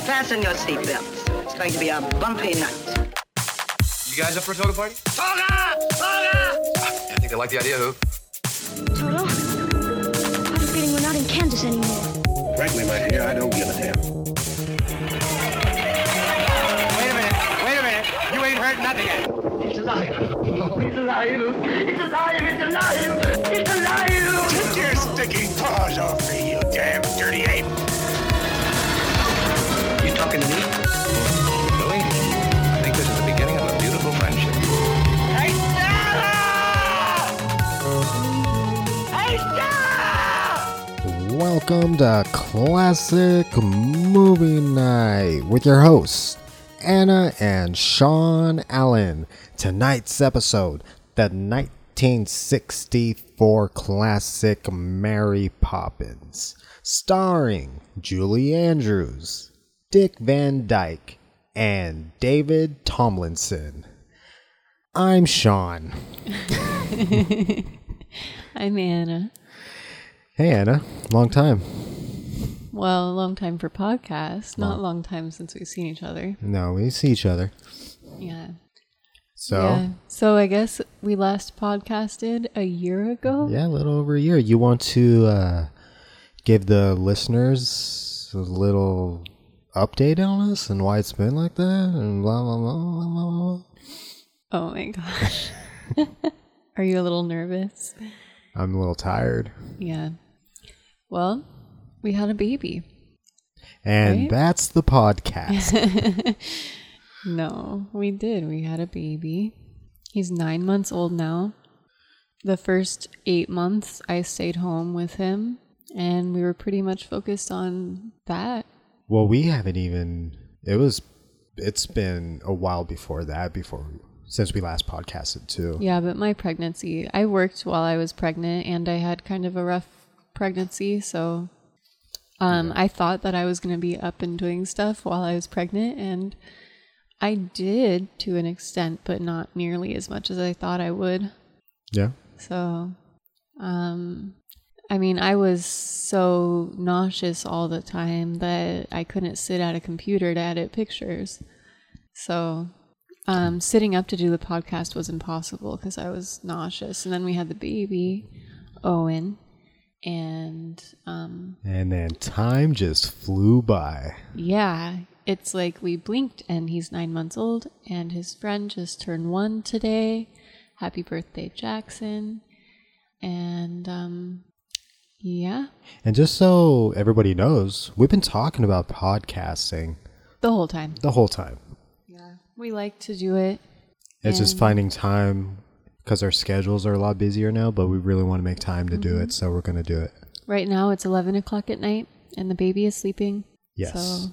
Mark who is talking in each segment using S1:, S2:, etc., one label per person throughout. S1: Fasten your seatbelts. It's going to be a bumpy night.
S2: You guys up for a toga party?
S3: Toga! Toga!
S2: I think they like the idea, Who?
S4: Toto, I have a feeling we're not in Kansas anymore.
S5: Frankly, my dear, I don't give a damn.
S2: Wait a minute. Wait a minute. You ain't heard nothing yet.
S5: Take your sticky paws off me, you damn dirty ape!
S2: You talking to me? Louis, I think this is the beginning of a beautiful friendship.
S3: Hey, Stella! Hey, Stella!
S6: Welcome to Classic Movie Night with your hosts, Anna and Sean Allen. Tonight's episode, the 1964 classic Mary Poppins, starring Julie Andrews, Dick Van Dyke, and David Tomlinson. I'm Sean.
S7: I'm Anna.
S6: Hey, Anna. Long time.
S7: Well, a long time for podcast. Not a long time since we've seen each other.
S6: No, we see each other.
S7: Yeah.
S6: So.
S7: Yeah. So I guess we last podcasted a year ago.
S6: Yeah, a little over a year. You want to uh, give the listeners a little update on us and why it's been like that and blah blah blah blah blah. blah. blah.
S7: Oh my gosh. Are you a little nervous?
S6: I'm a little tired,
S7: Yeah. Well, we had a baby.
S6: and
S7: Right?
S6: that's the podcast.
S7: No, we did. We had a baby. He's nine months old now. The first eight months, I stayed home with him, and we were pretty much focused on that.
S6: well, we haven't even. It was. It's been a while before that. Before since we last podcasted too.
S7: Yeah, but my pregnancy, I worked while I was pregnant and I had kind of a rough pregnancy. So um, I thought that I was going to be up and doing stuff while I was pregnant. And I did to an extent, but not nearly as much as I thought I would.
S6: Yeah.
S7: So, um, I mean, I was so nauseous all the time that I couldn't sit at a computer to edit pictures. So, um, sitting up to do the podcast was impossible because I was nauseous. And then we had the baby, Owen, and um,
S6: And then time just flew by.
S7: yeah, it's like we blinked and he's nine months old, and his friend just turned one today. Happy birthday, Jackson. And um, yeah,
S6: And just so everybody knows, we've been talking about podcasting
S7: the whole time.
S6: the whole time.
S7: We like to do it.
S6: It's just finding time because our schedules are a lot busier now, but we really want to make time to
S7: Mm-hmm.
S6: do it, so we're going to do it.
S7: Right now, it's 11 o'clock at night, and the baby is sleeping.
S6: Yes. So,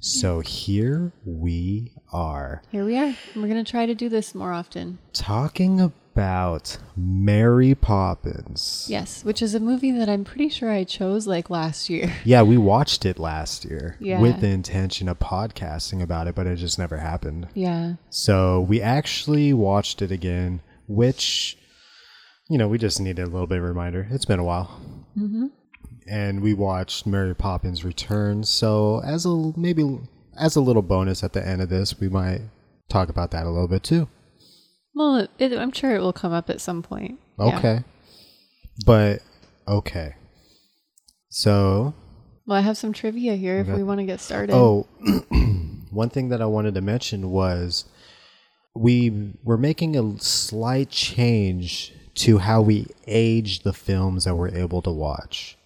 S7: So-
S6: here we are
S7: Here we are. And we're going to try to do this more often.
S6: talking about Mary Poppins.
S7: Yes, which is a movie that I'm pretty sure I chose like last year.
S6: Yeah, we watched it last year
S7: Yeah.
S6: with the intention of podcasting about it, but it just never happened.
S7: Yeah.
S6: So we actually watched it again, which, you know, we just needed a little bit of a reminder. It's been a while. Mm-hmm. And we watched Mary Poppins Returns. So as a maybe as a little bonus at the end of this, we might talk about that a little bit too.
S7: Well, it, I'm sure it will come up at some point. Yeah.
S6: Okay. But okay. So
S7: Well, I have some trivia here if
S6: Okay.
S7: we want to get started.
S6: Oh, one thing that I wanted to mention was we were making a slight change to how we age the films that we're able to watch.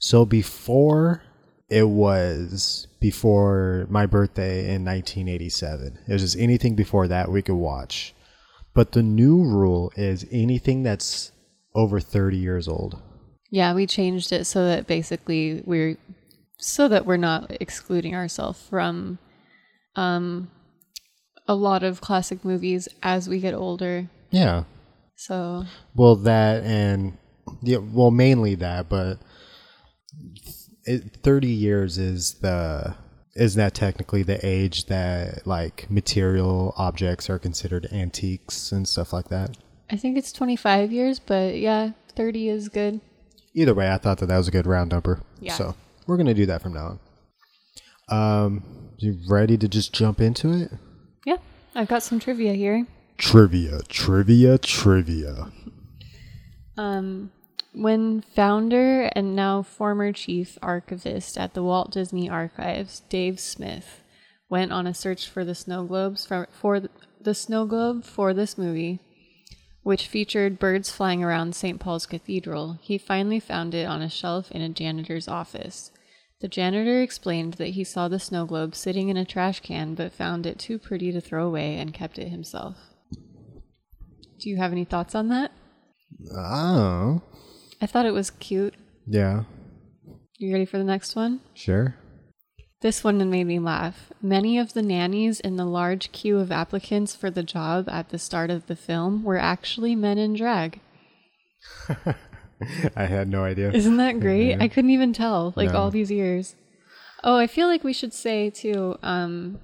S6: So before it was before my birthday in 1987. It was just anything before that we could watch. But the new rule is anything that's over 30 years old.
S7: Yeah, we changed it so that basically we're so that we're not excluding ourselves from um a lot of classic movies as we get older.
S6: Yeah.
S7: So,
S6: Well, that and yeah, well, mainly that, but it, thirty years is the is that technically the age that like material objects are considered antiques and stuff like that.
S7: I think it's 25 years, but yeah, 30 is good.
S6: Either way, I thought that that was a good round number.
S7: Yeah.
S6: So we're gonna do that from now on. Um, you ready to just jump into it?
S7: Yeah, I've got some trivia here.
S6: Trivia, trivia, trivia.
S7: Um, when founder and now former chief archivist at the Walt Disney Archives, Dave Smith, went on a search for the snow globes from, for th- the snow globe for this movie, which featured birds flying around St. Paul's Cathedral, he finally found it on a shelf in a janitor's office. The janitor explained that he saw the snow globe sitting in a trash can but found it too pretty to throw away and kept it himself. Do you have any thoughts on that?
S6: Oh,
S7: I thought it was cute.
S6: yeah,
S7: You ready for the next one?
S6: sure.
S7: This one made me laugh. Many of the nannies in the large queue of applicants for the job at the start of the film were actually men in drag.
S6: I had no idea.
S7: Isn't that great? I couldn't even tell, like all these years. Oh, I feel like we should say too, um,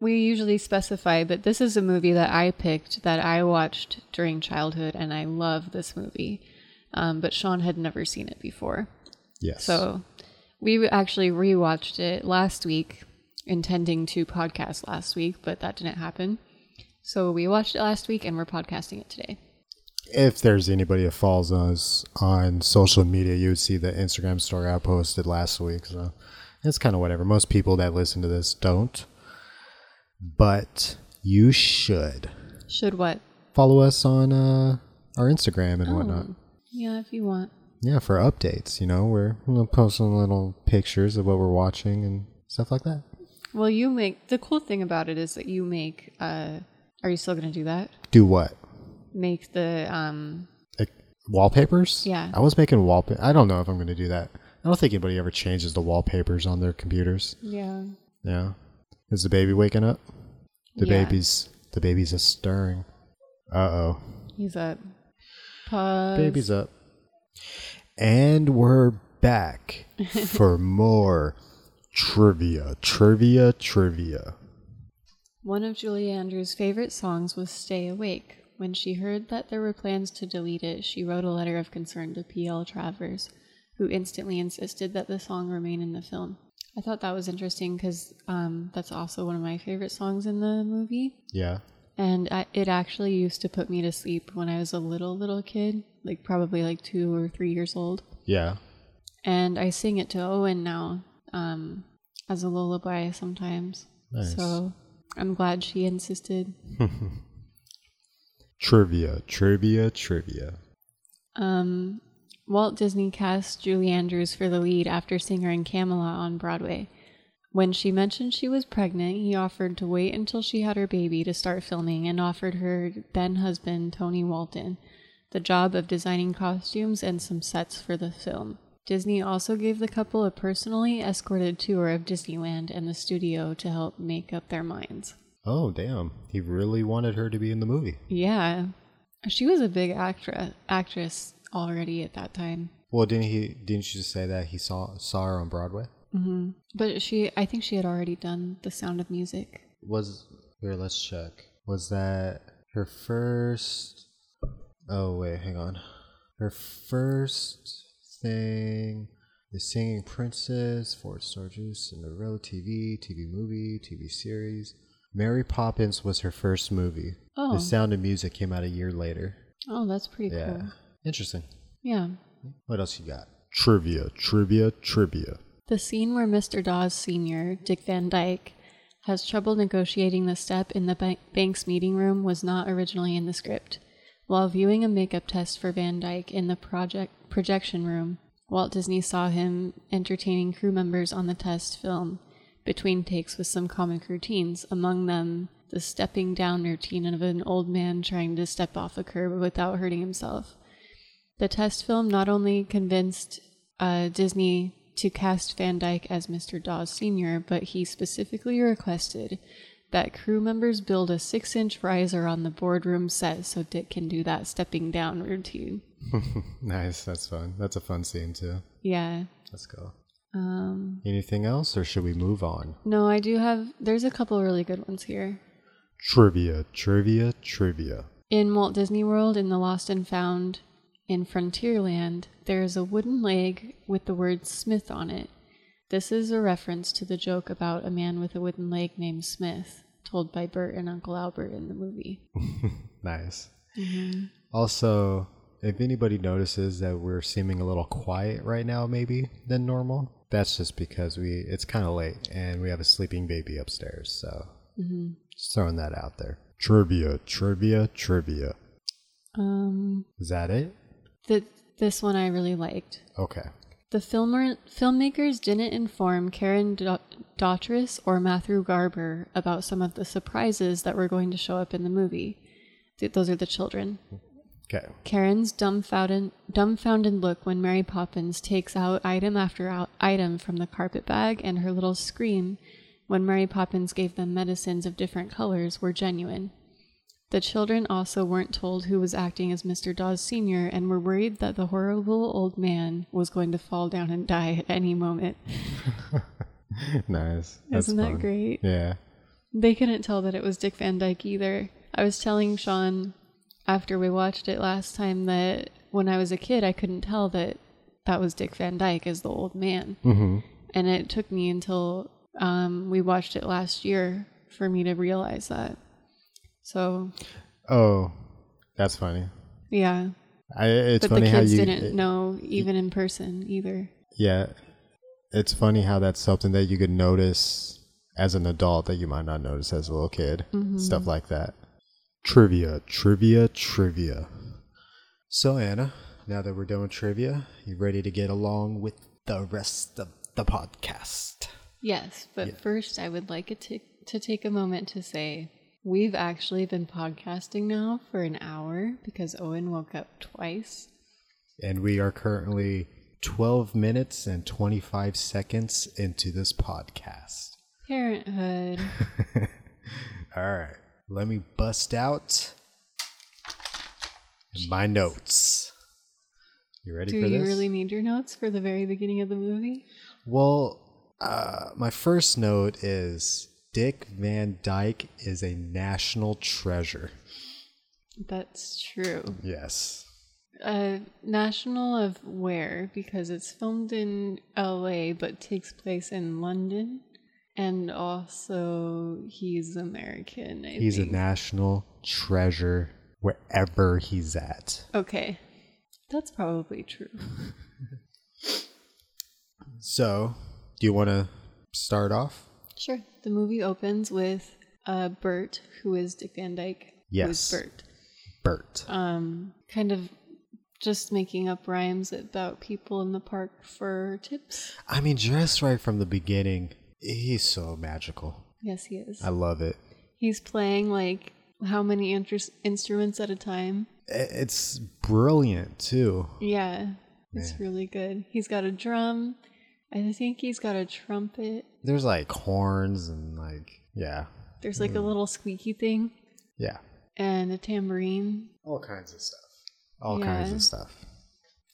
S7: we usually specify, but this is a movie that I picked that I watched during childhood, and I love this movie. Um, but Sean had never seen it before.
S6: Yes.
S7: So we actually rewatched it last week, intending to podcast last week, but that didn't happen. So we watched it last week and we're podcasting it today.
S6: if there's anybody that follows us on social media, you would see the Instagram story I posted last week. So it's kind of whatever. Most people that listen to this don't, but you should
S7: Should what?
S6: follow us on uh, our Instagram and whatnot.
S7: Yeah, if you want.
S6: Yeah, for updates. You know, we're you know, posting little pictures of what we're watching and stuff like that.
S7: Well, you make the cool thing about it is that you make. Uh, are you still going to do that?
S6: Do what?
S7: Make the um,
S6: Like, wallpapers?
S7: Yeah.
S6: I was making wallpaper. I don't know if I'm going to do that. I don't think anybody ever changes the wallpapers on their computers.
S7: yeah.
S6: Yeah. Is the baby waking up? The
S7: Yeah.
S6: baby's the baby's a stirring. Uh oh.
S7: He's up. Pause.
S6: Baby's up. And we're back for more trivia. Trivia trivia.
S7: One of Julie Andrews' favorite songs was Stay Awake. When she heard that there were plans to delete it, she wrote a letter of concern to P.L. Travers, who instantly insisted that the song remain in the film. I thought that was interesting because um, that's also one of my favorite songs in the movie.
S6: Yeah.
S7: And I, it actually used to put me to sleep when I was a little, little kid, like probably like two or three years old.
S6: Yeah.
S7: And I sing it to Owen now um, as a lullaby sometimes.
S6: Nice.
S7: So I'm glad she insisted.
S6: Trivia. Trivia trivia.
S7: Um, Walt Disney cast Julie Andrews for the lead after seeing her in Camelot on Broadway. When she mentioned she was pregnant, he offered to wait until she had her baby to start filming and offered her then husband, Tony Walton, the job of designing costumes and some sets for the film. Disney also gave the couple a personally escorted tour of Disneyland and the studio to help make up their minds.
S6: Oh damn. He really wanted her to be in the movie.
S7: Yeah, she was a big actress actress already at that time.
S6: Well, didn't he didn't you say that he saw saw her on Broadway?
S7: But she, I think she had already done The Sound of Music.
S6: was here let's check was that her first oh wait hang on her first thing the singing princess four star juice cinderella tv tv movie tv series mary poppins was her first movie
S7: Oh.
S6: the sound of music came out a year later
S7: Oh, that's pretty
S6: yeah
S7: cool.
S6: interesting
S7: Yeah.
S6: what else you got trivia trivia trivia
S7: The scene where Mr. Dawes Sr., Dick Van Dyke, has trouble negotiating the step in the bank- bank's meeting room was not originally in the script. While viewing a makeup test for Van Dyke in the project projection room, Walt Disney saw him entertaining crew members on the test film between takes with some comic routines, among them the stepping down routine of an old man trying to step off a curb without hurting himself. The test film not only convinced uh, Disney to cast Van Dyke as Mr. Dawes Sr., but he specifically requested that crew members build a six inch riser on the boardroom set so Dick can do that stepping down routine.
S6: nice that's fun that's a fun scene too
S7: Yeah.
S6: let's go
S7: Um,
S6: anything else or should we move on
S7: no, I do have, there's a couple really good ones here.
S6: Trivia, trivia, trivia.
S7: In Walt Disney World, in the Lost and Found, in Frontierland, there is a wooden leg with the word Smith on it. This is a reference to the joke about a man with a wooden leg named Smith, told by Bert and Uncle Albert in the movie.
S6: Nice.
S7: Mm-hmm.
S6: Also, if anybody notices that we're seeming a little quiet right now, maybe than normal, that's just because we it's kind of late and we have a sleeping baby upstairs. So,
S7: Mm-hmm.
S6: just throwing that out there. Trivia, trivia, trivia.
S7: Um,
S6: Is that it?
S7: th- this one I really liked.
S6: Okay.
S7: The filmer, filmmakers didn't inform Karen Da- Daughtris or Matthew Garber about some of the surprises that were going to show up in the movie. Th- those are the children.
S6: Okay.
S7: Karen's dumbfounded, dumbfounded look when Mary Poppins takes out item after out item from the carpet bag and her little scream when Mary Poppins gave them medicines of different colors were genuine. The children also weren't told who was acting as Mr. Dawes Sr. and were worried that the horrible old man was going to fall down and die at any moment.
S6: nice. That's
S7: Isn't that
S6: fun.
S7: great?
S6: Yeah.
S7: They couldn't tell that it was Dick Van Dyke either. I was telling Sean after we watched it last time that when I was a kid, I couldn't tell that that was Dick Van Dyke as the old man. Mm-hmm. And it took me until um, we watched it last year for me to realize that. So,
S6: Oh, that's funny.
S7: yeah.
S6: I, it's
S7: But the
S6: funny how
S7: kids
S6: you
S7: didn't know even in person either.
S6: Yeah. It's funny how that's something that you could notice as an adult that you might not notice as a little kid. Stuff like that. Trivia, trivia, trivia. So, Anna, now that we're done with trivia, you ready to get along with the rest of the podcast?
S7: Yes, but first I would like it to, to take a moment to say we've actually been podcasting now for an hour because Owen woke up twice.
S6: And we are currently 12 minutes and 25 seconds into this podcast.
S7: Parenthood.
S6: All right. Let me bust out my notes. You ready
S7: Do
S6: for
S7: you
S6: this?
S7: really need your notes for the very beginning of the movie?
S6: well, uh, my first note is Dick Van Dyke is a national treasure.
S7: That's true.
S6: Yes.
S7: Uh, national of where? Because it's filmed in LA but takes place in London. And also, he's American. I
S6: He's a
S7: think.
S6: national treasure wherever he's at.
S7: Okay. That's probably true.
S6: So, do you want to start off?
S7: Sure. The movie opens with uh, Bert, who is Dick Van Dyke. Who
S6: Yes.
S7: is Bert.
S6: Bert.
S7: Um, kind of just making up rhymes about people in the park for tips.
S6: I mean, just right from the beginning, he's so magical.
S7: Yes, he is.
S6: I love it.
S7: He's playing like how many inter- instruments at a time?
S6: I- It's brilliant too.
S7: Yeah. It's really good. He's got a drum. I think he's got a trumpet.
S6: There's like horns and like yeah,
S7: There's like a little squeaky thing
S6: yeah,
S7: and a tambourine.
S6: all kinds of stuff, all kinds
S7: Yeah.
S6: of stuff.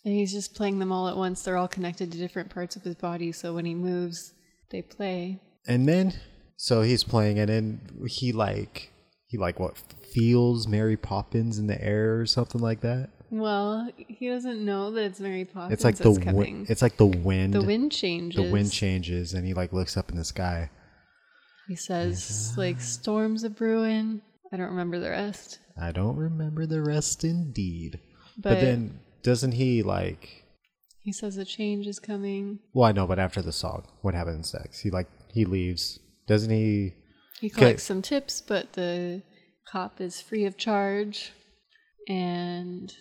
S7: And he's just playing them all at once. They're all connected to different parts of his body, so when he moves, they play.
S6: And then so he's playing, and then he like he like what feels Mary Poppins in the air or something like that.
S7: Well, he doesn't know that it's Mary Poppins.
S6: It's like the
S7: that's
S6: wind.
S7: coming.
S6: It's like the wind.
S7: the wind changes.
S6: The wind changes, and he like looks up in the sky.
S7: He says like storms a brewing. I don't remember the rest,
S6: I don't remember the rest, indeed.
S7: but,
S6: but then doesn't he like
S7: he says a change is coming.
S6: Well, I know, but after the song, what happens next? He like he leaves, doesn't he?
S7: He collects some tips, but the cop is free of charge, and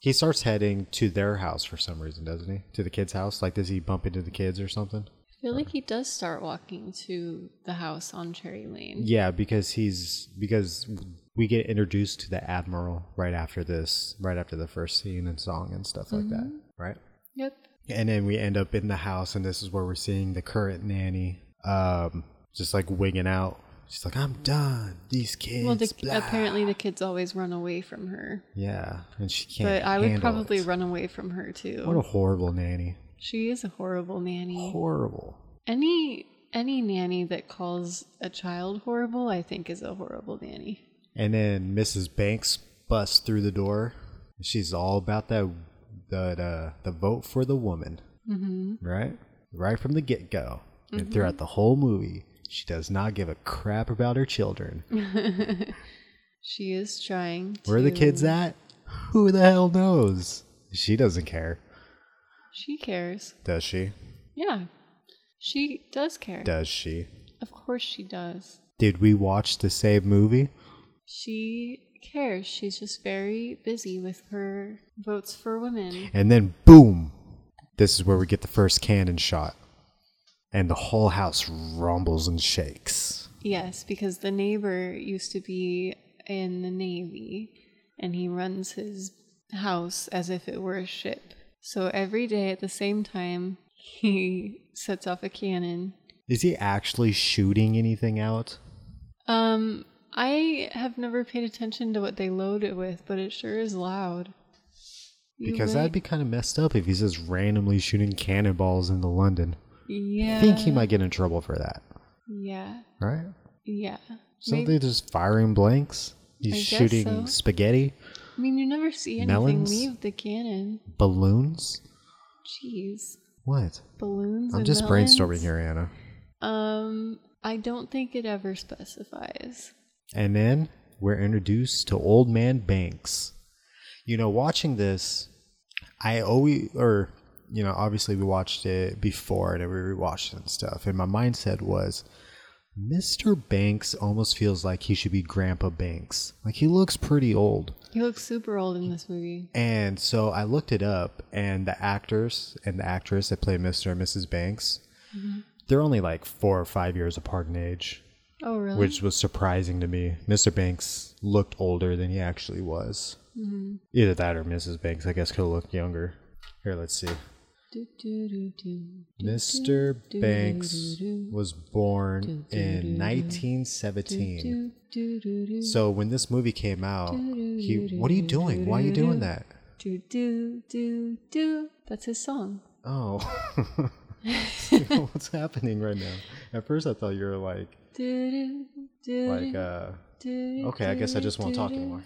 S6: He starts heading to their house for some reason, doesn't he? To the kids' house? Like, does he bump into the kids or something?
S7: I feel like he does start walking to the house on Cherry Lane.
S6: Yeah, because he's because we get introduced to the admiral right after this, right after the first scene and song and stuff like that,
S7: Mm-hmm.
S6: right?
S7: Yep.
S6: And then we end up in the house, and this is where we're seeing the current nanny, um, just like wigging out. She's like, "I'm done. These kids."
S7: Well, the,
S6: blah."
S7: apparently the kids always run away from her,
S6: yeah, and she can't.
S7: but I would
S6: handle
S7: probably
S6: it.
S7: run away from her too.
S6: What a horrible nanny.
S7: she is a horrible nanny.
S6: Horrible.
S7: any any nanny that calls a child horrible, I think, is a horrible nanny.
S6: And then Mrs. Banks busts through the door. She's all about that that uh the vote for the woman. Mm-hmm. Right? right from the get go and throughout the whole movie. She does not give a crap about her children.
S7: She is trying. To,
S6: Where are the kids at? Who the hell knows? She doesn't care,
S7: She cares.
S6: does she?
S7: Yeah, she does care.
S6: Does she?
S7: Of course she does.
S6: Did we watch the same movie?
S7: She cares. She's just very busy with her votes for women.
S6: And then boom, this is where we get the first cannon shot. And the whole house rumbles and shakes.
S7: Yes, because the neighbor used to be in the Navy and he runs his house as if it were a ship. So every day at the same time, he sets off a cannon.
S6: Is he actually shooting anything out?
S7: Um, I have never paid attention to what they load it with, but it sure is loud. You
S6: Because
S7: might-
S6: that'd be kind of messed up if he's just randomly shooting cannonballs into London.
S7: yeah,
S6: I think he might get in trouble for that,
S7: yeah,
S6: right?
S7: yeah.
S6: So
S7: Maybe-
S6: they're just firing blanks. He's
S7: I guess
S6: shooting
S7: so.
S6: spaghetti,
S7: I mean, you never see anything
S6: Melons?
S7: leave the cannon.
S6: balloons.
S7: Jeez,
S6: What?
S7: balloons.
S6: I'm
S7: and
S6: just
S7: melons?
S6: brainstorming here, Anna.
S7: Um, I don't think it ever specifies.
S6: And then we're introduced to Old Man Banks. You know, watching this, I always, or, you know, obviously we watched it before and we rewatched it and stuff. And my mindset was Mr. Banks almost feels like he should be Grandpa Banks. Like he looks pretty old.
S7: He looks super old in this movie.
S6: And so I looked it up, and the actors and the actress that play Mr. and Mrs. Banks, they're only like four or five years apart in age
S7: Oh, really?
S6: which was surprising to me. Mr. Banks looked older than he actually was.
S7: Mm-hmm.
S6: Either that or Mrs. Banks, I guess, could have looked younger. Here, let's see.
S7: Do, do, do, do.
S6: Mr.
S7: do,
S6: Banks
S7: do, do.
S6: was born in 1917.
S7: Do, do, do, do.
S6: So when this movie came out, he, what are you doing? Why are you doing that?
S7: Do, do, do, do. That's his song.
S6: Oh, what's happening right now? At first, I thought you were like,
S7: Do, do, do,
S6: like,
S7: do,
S6: uh,
S7: do,
S6: okay, I guess I
S7: do,
S6: just won't
S7: do,
S6: talk
S7: do.
S6: anymore.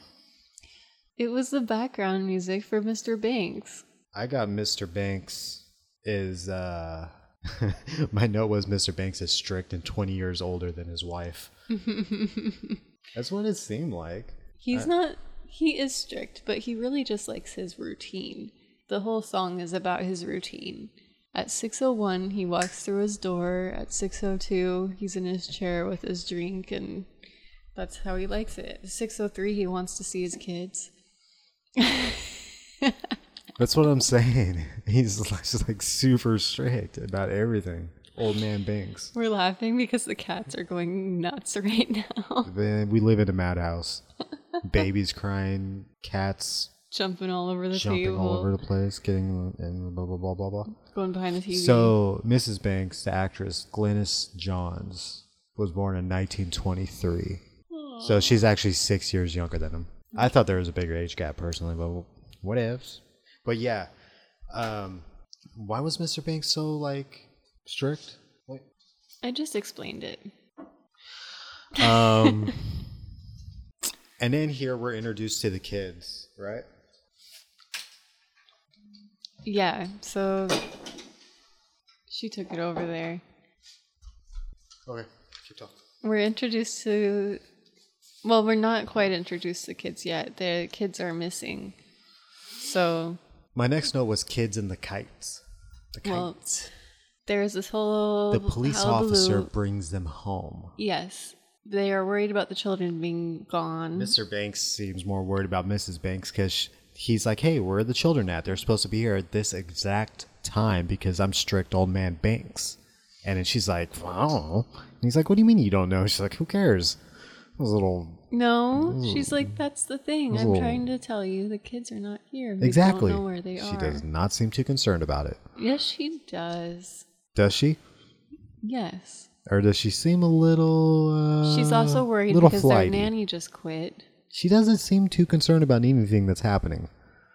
S7: It was the background music for Mr. Banks.
S6: I got Mr. Banks is uh my note was Mr. Banks is strict and 20 years older than his wife. That's what it seemed like. Uh,
S7: He's not. He is strict, but he really just likes his routine. The whole song is about his routine. At 6:01, he walks through his door. At 6:02, he's in his chair with his drink, and that's how he likes it. 6:03, he wants to see his kids.
S6: That's what I'm saying. He's just like super strict about everything. Old man Banks.
S7: We're laughing because the cats are going nuts right now,
S6: Then we live in a madhouse. Babies crying, cats
S7: jumping all over the
S6: jumping
S7: table,
S6: all over the place, getting and blah blah blah blah blah.
S7: going behind the TV.
S6: So Mrs. Banks, the actress Glynis Johns, was born in 1923. So she's actually six years younger than him. I thought there was a bigger age gap personally, but what ifs? But yeah, um, why was Mr. Banks so like strict? Like,
S7: I just explained it.
S6: Um, and then here we're introduced to the kids, right?
S7: Yeah. So she took it over there.
S6: Okay, keep talking.
S7: We're introduced to. Well, we're not quite introduced to kids yet. The kids are missing. So,
S6: My next note was kids and the kites. The
S7: Well,
S6: kites.
S7: there's this whole.
S6: the police
S7: hullabaloo.
S6: officer brings them home.
S7: Yes. They are worried about the children being gone.
S6: Mr. Banks seems more worried about Mrs. Banks because he's like, hey, where are the children at? They're supposed to be here at this exact time because I'm strict old man Banks. And then she's like, well, I don't know. And he's like, what do you mean you don't know? She's like, who cares? Those little.
S7: No, she's like, that's the thing. I'm
S6: Ooh.
S7: trying to tell you the kids are not here. We
S6: Exactly.
S7: don't know where they are.
S6: She does not seem too concerned about it.
S7: Yes, she does.
S6: Does she?
S7: Yes.
S6: Or does she seem a little. Uh,
S7: She's also worried
S6: little
S7: because
S6: flighty.
S7: their nanny just quit.
S6: She doesn't seem too concerned about anything that's happening.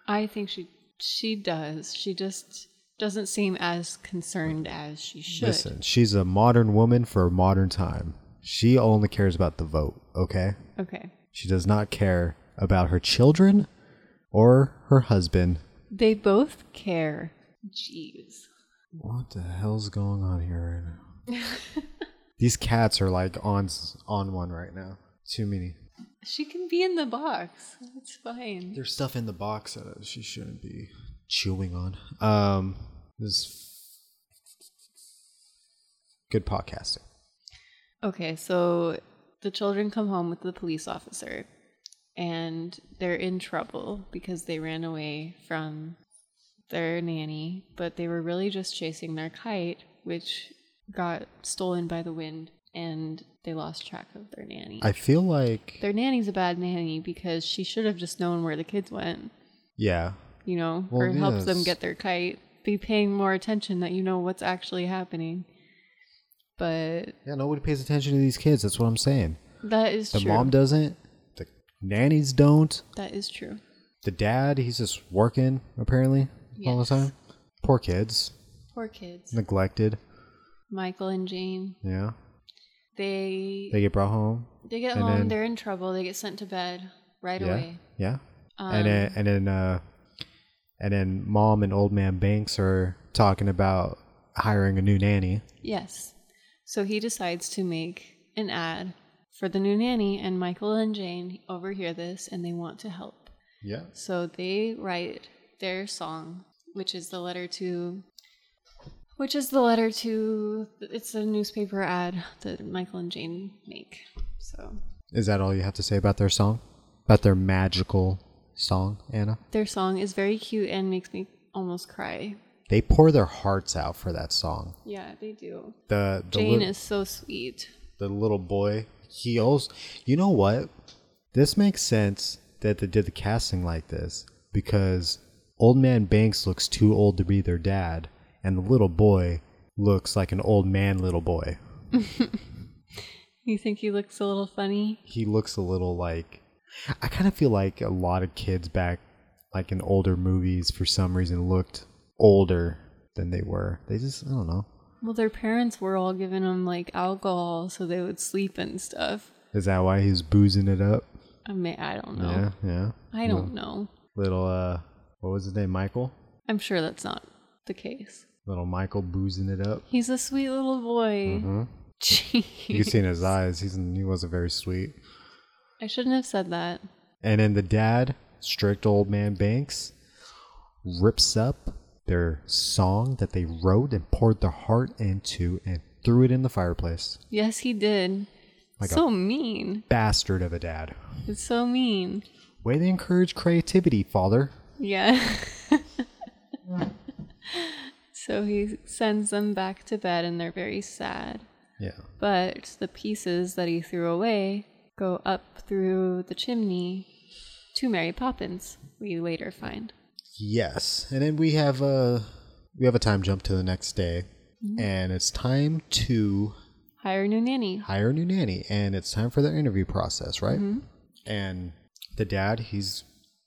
S7: I think she she does. She just doesn't seem as concerned as she should.
S6: Listen, she's a modern woman for a modern time. She only cares about the vote, okay?
S7: Okay.
S6: She does not care about her children or her husband.
S7: They both care. Jeez.
S6: What the hell's going on here right now? These cats are like on s- on one right now. Too many.
S7: She can be in the box. It's fine.
S6: There's stuff in the box that she shouldn't be chewing on. Um, this good podcasting.
S7: Okay, so the children come home with the police officer and they're in trouble because they ran away from their nanny, but they were really just chasing their kite, which got stolen by the wind and they lost track of their nanny.
S6: I feel like
S7: their nanny's a bad nanny because she should have just known where the kids went,
S6: yeah,
S7: you know,
S6: Well,
S7: or helped them
S6: yes.
S7: get their kite. Be paying more attention that you know what's actually happening. But
S6: yeah. Nobody pays attention to these kids. That's what I'm saying.
S7: that is
S6: The
S7: true.
S6: mom doesn't. The nannies don't.
S7: That is true.
S6: The dad, he's just working apparently all the
S7: Yes.
S6: time. Poor kids,
S7: Poor kids.
S6: neglected.
S7: Michael and Jane.
S6: Yeah,
S7: They
S6: they get brought home.
S7: they get
S6: and
S7: home,
S6: then-
S7: they're in trouble, they get sent to bed right
S6: yeah,
S7: away. Um,
S6: yeah. and then and then uh, and then mom and old man Banks are talking about hiring a new nanny.
S7: Yes. So he decides to make an ad for the new nanny and Michael and Jane overhear this and they want to help.
S6: Yeah,
S7: So they write their song, which is the letter to which is the letter to it's a newspaper ad that Michael and Jane make. So
S6: is that all you have to say about their song? About their magical song, Anna?
S7: Their song is very cute and makes me almost cry.
S6: They pour their hearts out for that song.
S7: Yeah, they do.
S6: The the
S7: Jane
S6: lit-
S7: is so sweet.
S6: the little boy. He also, you know what? This makes sense that they did the casting like this because old man Banks looks too old to be their dad, and the little boy looks like an old man little boy.
S7: You think he looks a little funny?
S6: He looks a little like I kind of feel like a lot of kids back like in older movies for some reason looked older than they were. They just I don't know.
S7: Well, their parents were all giving him like alcohol so they would sleep and stuff.
S6: Is that why he's boozing it up?
S7: I mean, I don't know.
S6: Yeah, yeah.
S7: I don't know.
S6: Little uh what was his name? Michael?
S7: I'm sure that's not the case.
S6: Little Michael boozing it up.
S7: He's a sweet little boy. Gee,
S6: Mm-hmm. You can see in his eyes, he's he wasn't very sweet.
S7: I shouldn't have said that.
S6: And then the dad, strict old man Banks, rips up their song that they wrote and poured their heart into and threw it in the fireplace.
S7: Yes, he did.
S6: Like a-
S7: so mean.
S6: Bastard of a dad.
S7: It's so mean.
S6: Way to encourage creativity, father.
S7: Yeah. so he sends them back to bed and they're very sad.
S6: Yeah.
S7: But the pieces that he threw away go up through the chimney to Mary Poppins, we later find.
S6: Yes. And then we have a we have a time jump to the next day. And it's time to
S7: Hire a new nanny.
S6: hire a new nanny and it's time for their interview process right and the dad he's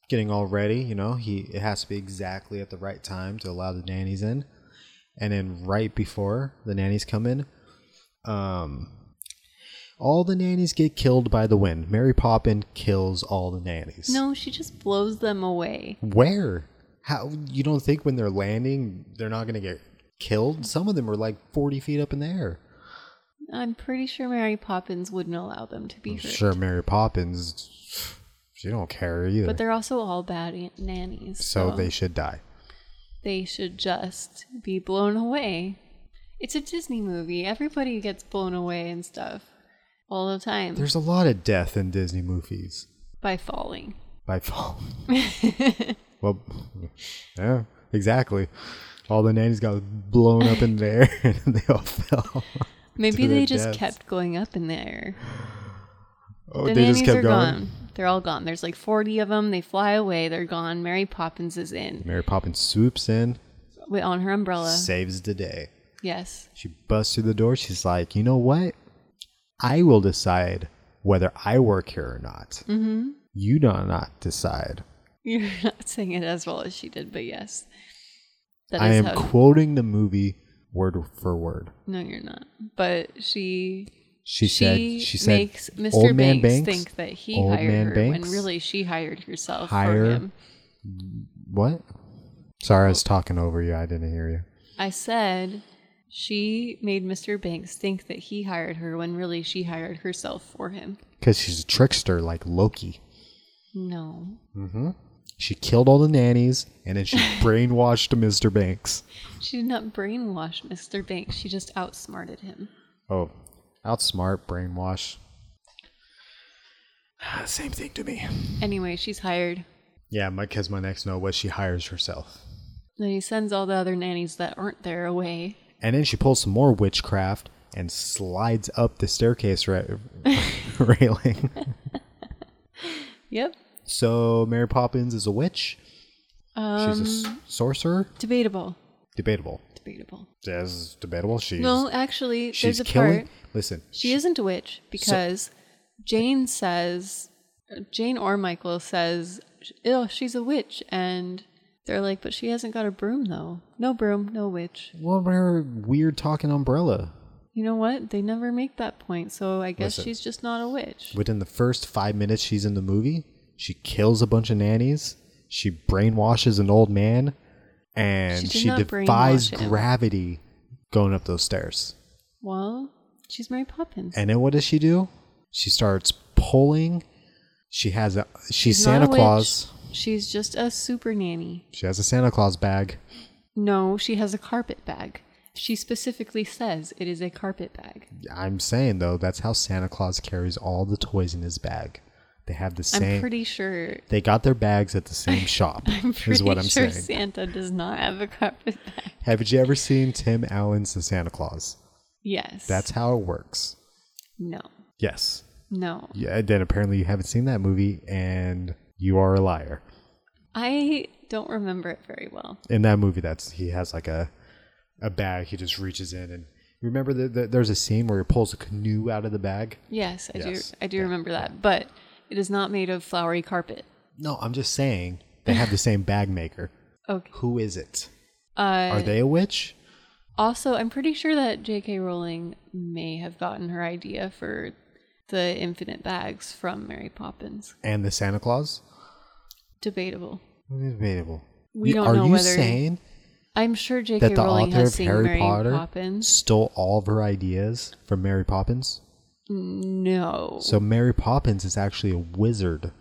S6: getting all ready you know he it has to be exactly at the right time to allow the nannies in and then right before the nannies come in um all the nannies get killed by the wind mary poppin kills all the nannies
S7: No, she just blows them away.
S6: where how you don't think when they're landing they're not going to get killed some of them are like 40 feet up in the air
S7: I'm pretty sure Mary Poppins wouldn't allow them to be hurt.
S6: sure Mary Poppins she don't care either.
S7: But they're also all bad aunt nannies.
S6: so they should die.
S7: they should just be blown away. It's a Disney movie. Everybody gets blown away and stuff all the time
S6: There's a lot of death in Disney movies
S7: by falling.
S6: by fall. well, yeah, exactly. All the nannies got blown up in the air and they all fell.
S7: Maybe
S6: To their
S7: they just
S6: deaths.
S7: kept going up in the air.
S6: Oh,
S7: the
S6: they
S7: nannies
S6: just kept
S7: are
S6: going.
S7: gone. They're all gone. There's like 40 of them. They fly away. They're gone. Mary Poppins is in
S6: Mary Poppins swoops in,
S7: wi- on her umbrella.
S6: saves the day.
S7: Yes.
S6: She busts through the door. She's like, you know what? I will decide whether I work here or not. Mm-hmm. You do not decide.
S7: You're not saying it as well as she did, but yes. That
S6: I
S7: is
S6: am
S7: how.
S6: quoting the movie word for word.
S7: no, you're not. But she
S6: She, said she said
S7: makes Mr.
S6: old man Banks
S7: Banks, think that he
S6: old
S7: hired
S6: man
S7: her
S6: Banks,
S7: when really she hired herself
S6: hire-
S7: for him.
S6: what? Sorry, I was talking over you. I didn't hear you.
S7: I said she made Mr. Banks think that he hired her when really she hired herself for him.
S6: Because she's a trickster like Loki.
S7: No.
S6: She killed all the nannies and then she brainwashed Mr. Banks.
S7: She did not brainwash Mr. Banks. She just outsmarted him.
S6: Oh, outsmart, brainwash. Same thing to me.
S7: Anyway, she's hired.
S6: Yeah, because my next note was she hires herself.
S7: Then he sends all the other nannies that aren't there away.
S6: And then she pulls some more witchcraft and slides up the staircase ra- railing.
S7: Yep.
S6: So Mary Poppins is a witch.
S7: Um,
S6: She's a s- sorcerer.
S7: debatable.
S6: Debatable.
S7: Debatable.
S6: That's debatable. She's
S7: No, actually,
S6: she's
S7: there's a
S6: killing.
S7: part.
S6: Listen,
S7: She isn't a witch because Jane says, Jane or Michael says, oh, she's a witch. And they're like, but she hasn't got a broom, though. No broom, no witch.
S6: What about her weird talking umbrella?
S7: You know what? They never make that point. So I guess
S6: Listen.
S7: she's just not a witch.
S6: Within the first five minutes she's in the movie, she kills a bunch of nannies. She brainwashes an old man, and
S7: She did
S6: she,
S7: not
S6: defies
S7: brainwash him.
S6: gravity going up those stairs.
S7: Well, she's Mary Poppins.
S6: And then what does she do? She starts pulling. She has a she's,
S7: not
S6: Santa
S7: a witch.
S6: Claus.
S7: She's just a super nanny.
S6: She has a Santa Claus bag.
S7: No, she has a carpet bag. She specifically says it is a carpet bag.
S6: I'm saying though, that's how Santa Claus carries all the toys in his bag. They have the
S7: I'm
S6: same.
S7: pretty sure.
S6: they got their bags at the same shop.
S7: I'm pretty
S6: is what I'm
S7: sure
S6: saying.
S7: Santa does not have a carpet bag.
S6: Have you ever seen Tim Allen's The Santa Claus?
S7: Yes.
S6: That's how it works.
S7: no,
S6: Yes.
S7: no.
S6: Yeah. Then apparently you haven't seen that movie, and you are a liar.
S7: I don't remember it very well.
S6: in that movie that's he has like a a bag he just reaches in and remember that the, there's a scene where he pulls a canoe out of the bag
S7: Yes, I
S6: Yes.
S7: do. I do remember that, but it is not made of flowery carpet.
S6: no i'm just saying they have the same bag maker
S7: Okay.
S6: who is it
S7: Uh,
S6: are they a witch
S7: also, I'm pretty sure that J.K. Rowling may have gotten her idea for the infinite bags from Mary Poppins.
S6: and the santa claus
S7: Debatable.
S6: debatable
S7: We
S6: You-
S7: don't
S6: are
S7: know
S6: you
S7: whether-
S6: saying
S7: I'm sure J.K.
S6: that the
S7: Rowling
S6: author
S7: has
S6: of
S7: seen
S6: harry
S7: Mary
S6: potter
S7: Poppins.
S6: stole all of her ideas from mary poppins
S7: No.
S6: so mary poppins is actually a wizard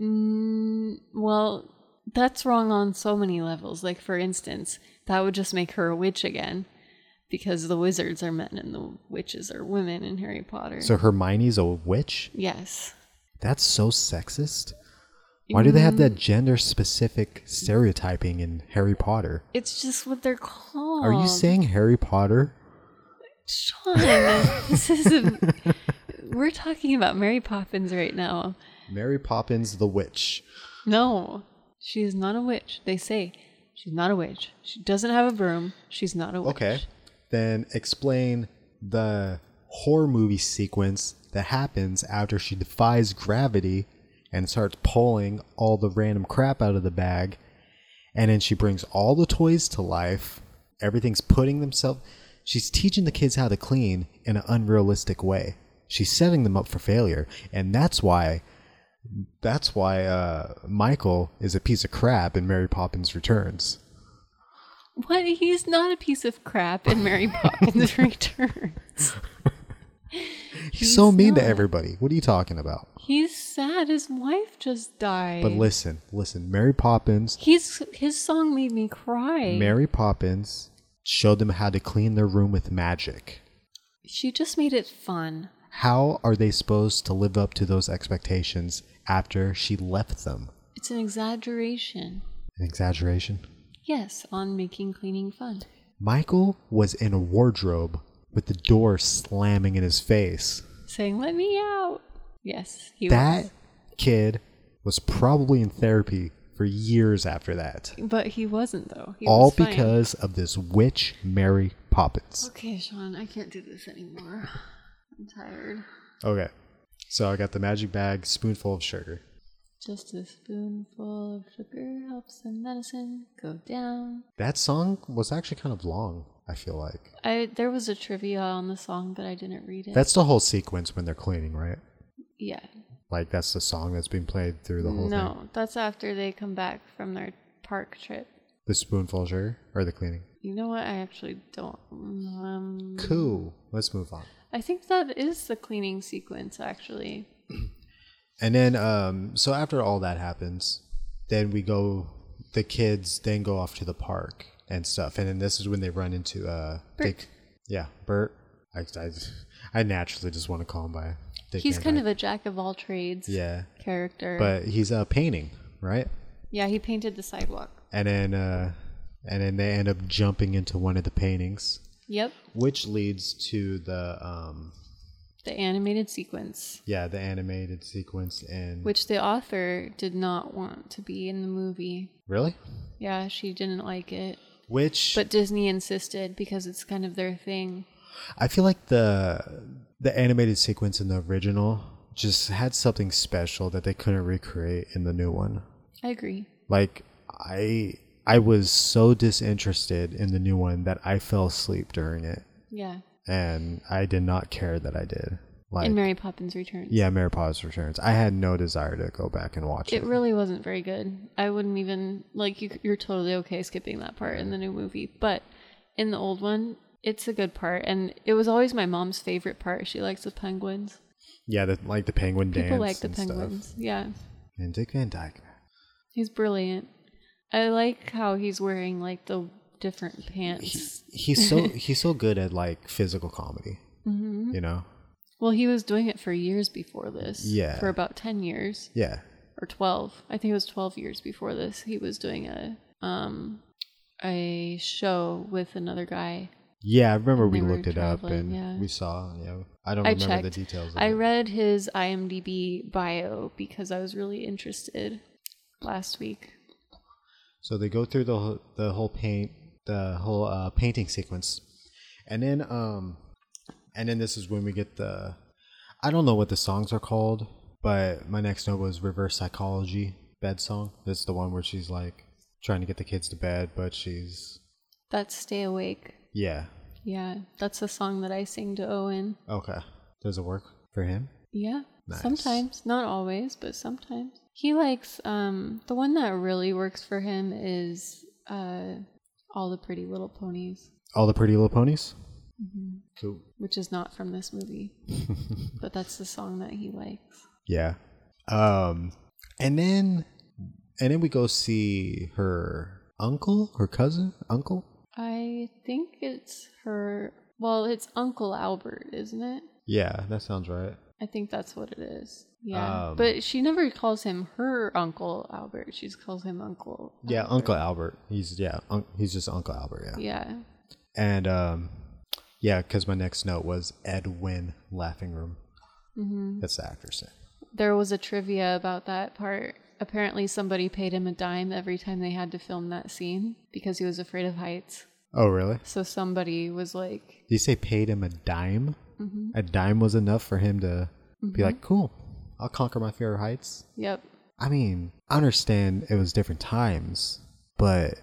S7: Mm, well, that's wrong on so many levels. Like, for instance, that would just make her a witch again because the wizards are men and the witches are women in Harry Potter.
S6: so hermione's a witch
S7: yes.
S6: that's so sexist Why do they
S7: Mm-hmm.
S6: have that gender specific stereotyping in Harry Potter?
S7: It's just what they're called.
S6: Are you saying Harry Potter?
S7: Sean, this is a, we're talking about Mary Poppins right now.
S6: Mary Poppins the witch.
S7: No, she is not a witch. They say she's not a witch. She doesn't have a broom. She's not a witch.
S6: Okay. Then explain the horror movie sequence that happens after she defies gravity and starts pulling all the random crap out of the bag. And then she brings all the toys to life. Everything's putting themselves. She's teaching the kids how to clean in an unrealistic way. She's setting them up for failure. And that's why. That's why uh, Michael is a piece of crap in Mary Poppins Returns.
S7: What? He's not a piece of crap in Mary Poppins Returns.
S6: He's, so mean to
S7: not.
S6: everybody. What are you talking about?
S7: He's sad. His wife just died.
S6: But listen, listen, Mary Poppins,
S7: He's his song made me cry.
S6: Mary Poppins showed them how to clean their room with magic.
S7: she just made it fun.
S6: How are they supposed to live up to those expectations after she left them?
S7: It's an exaggeration.
S6: An exaggeration.
S7: Yes, on making cleaning fun.
S6: Michael was in a wardrobe with the door slamming in his face.
S7: Saying, "Let me out." Yes, he
S6: that kid was probably in therapy for years after that.
S7: was. But he wasn't though. He
S6: all
S7: was fine.
S6: because of this witch Mary Poppins.
S7: Okay, Sean, I can't do this anymore. I'm tired.
S6: Okay. So I got the magic bag, spoonful of sugar.
S7: Just a spoonful of sugar helps the medicine go down.
S6: That song was actually kind of long, I feel like.
S7: I there was a trivia on the song, but I didn't read it.
S6: That's the whole sequence when they're cleaning, right?
S7: yeah.
S6: Like that's the song that's being played through the whole
S7: No,
S6: thing.
S7: that's after they come back from their park trip.
S6: The spoonful of sugar or the cleaning.
S7: You know what? I actually don't. Um,
S6: Cool. Let's move on.
S7: I think that is the cleaning sequence, actually.
S6: And then, um, so after all that happens, then we go. The kids then go off to the park and stuff. And then this is when they run into uh,
S7: Bert.
S6: Dick. Yeah, Bert. I, I, I naturally just want to call him by. Dick
S7: He's
S6: Van
S7: kind
S6: Dyke.
S7: of a jack of all trades
S6: yeah,
S7: character.
S6: but he's uh, painting, right?
S7: yeah, he painted the sidewalk.
S6: And then, uh, and then they end up jumping into one of the paintings,
S7: Yep,
S6: which leads to the um,
S7: the animated sequence,
S6: yeah, the animated sequence and
S7: which the author did not want to be in the movie.
S6: really,
S7: Yeah, she didn't like it.
S6: which
S7: But Disney insisted because it's kind of their thing.
S6: I feel like the the animated sequence in the original just had something special that they couldn't recreate in the new one.
S7: I agree.
S6: Like I I was so disinterested in the new one that I fell asleep during it
S7: Yeah.
S6: and I did not care that I did. Like
S7: and Mary Poppins Returns.
S6: yeah, Mary Poppins Returns. I had no desire to go back and watch it.
S7: It really wasn't very good. I wouldn't even like you. You're totally okay skipping that part in the new movie, but in the old one, it's a good part, and it was always my mom's favorite part. She likes the penguins.
S6: yeah, the, like the penguin dance.
S7: People like the
S6: and stuff.
S7: penguins. Yeah,
S6: And Dick Van Dyke.
S7: he's brilliant. I like how he's wearing like the different pants.
S6: He's so he's so good at like physical comedy.
S7: Mm-hmm.
S6: You know.
S7: well, he was doing it for years before this.
S6: Yeah.
S7: for about ten years.
S6: Yeah.
S7: or 12 i think it was 12 years before this he was doing a um a show with another guy
S6: Yeah, I remember
S7: And
S6: we
S7: they were
S6: looked it up and
S7: traveling, yeah.
S6: we saw. Yeah, I don't
S7: i
S6: remember
S7: checked
S6: the details. Of
S7: i
S6: it.
S7: read his imdb bio because i was really interested last week
S6: So they go through the whole- the whole paint, the whole uh, painting sequence, and then um, and then this is when we get the. I don't know what the songs are called, but my next note was reverse psychology bed song. This is the one where she's like trying to get the kids to bed, but she's
S7: that's stay awake
S6: yeah
S7: yeah that's a song that i sing to owen
S6: okay. Does it work for him?
S7: yeah
S6: Nice.
S7: sometimes not always but sometimes he likes um the one that really works for him is uh all the pretty little ponies
S6: All the pretty little ponies. Cool.
S7: which is not from this movie, but that's the song that he likes.
S6: Yeah. Um and then and then we go see her uncle, her cousin, uncle?
S7: I think it's her. Well, it's Uncle Albert, isn't it?
S6: Yeah, that sounds right.
S7: I think that's what it is. Yeah,
S6: Um,
S7: but she never calls him her Uncle Albert. She just calls him Uncle.
S6: Yeah, Uncle Albert. He's yeah, un- he's just Uncle Albert, yeah.
S7: Yeah,
S6: And um yeah, cuz my next note was Edwin Laughing Room.
S7: Mm-hmm.
S6: That's the actor's name.
S7: there was a trivia about that part. Apparently, somebody paid him a dime every time they had to film that scene because he was afraid of heights.
S6: Oh, really?
S7: So somebody was like,
S6: Did you say paid him a dime?
S7: Mm-hmm.
S6: A dime was enough for him to be like, "Cool. I'll conquer my fear of heights."
S7: "Yep,
S6: I mean, I understand it was different times, but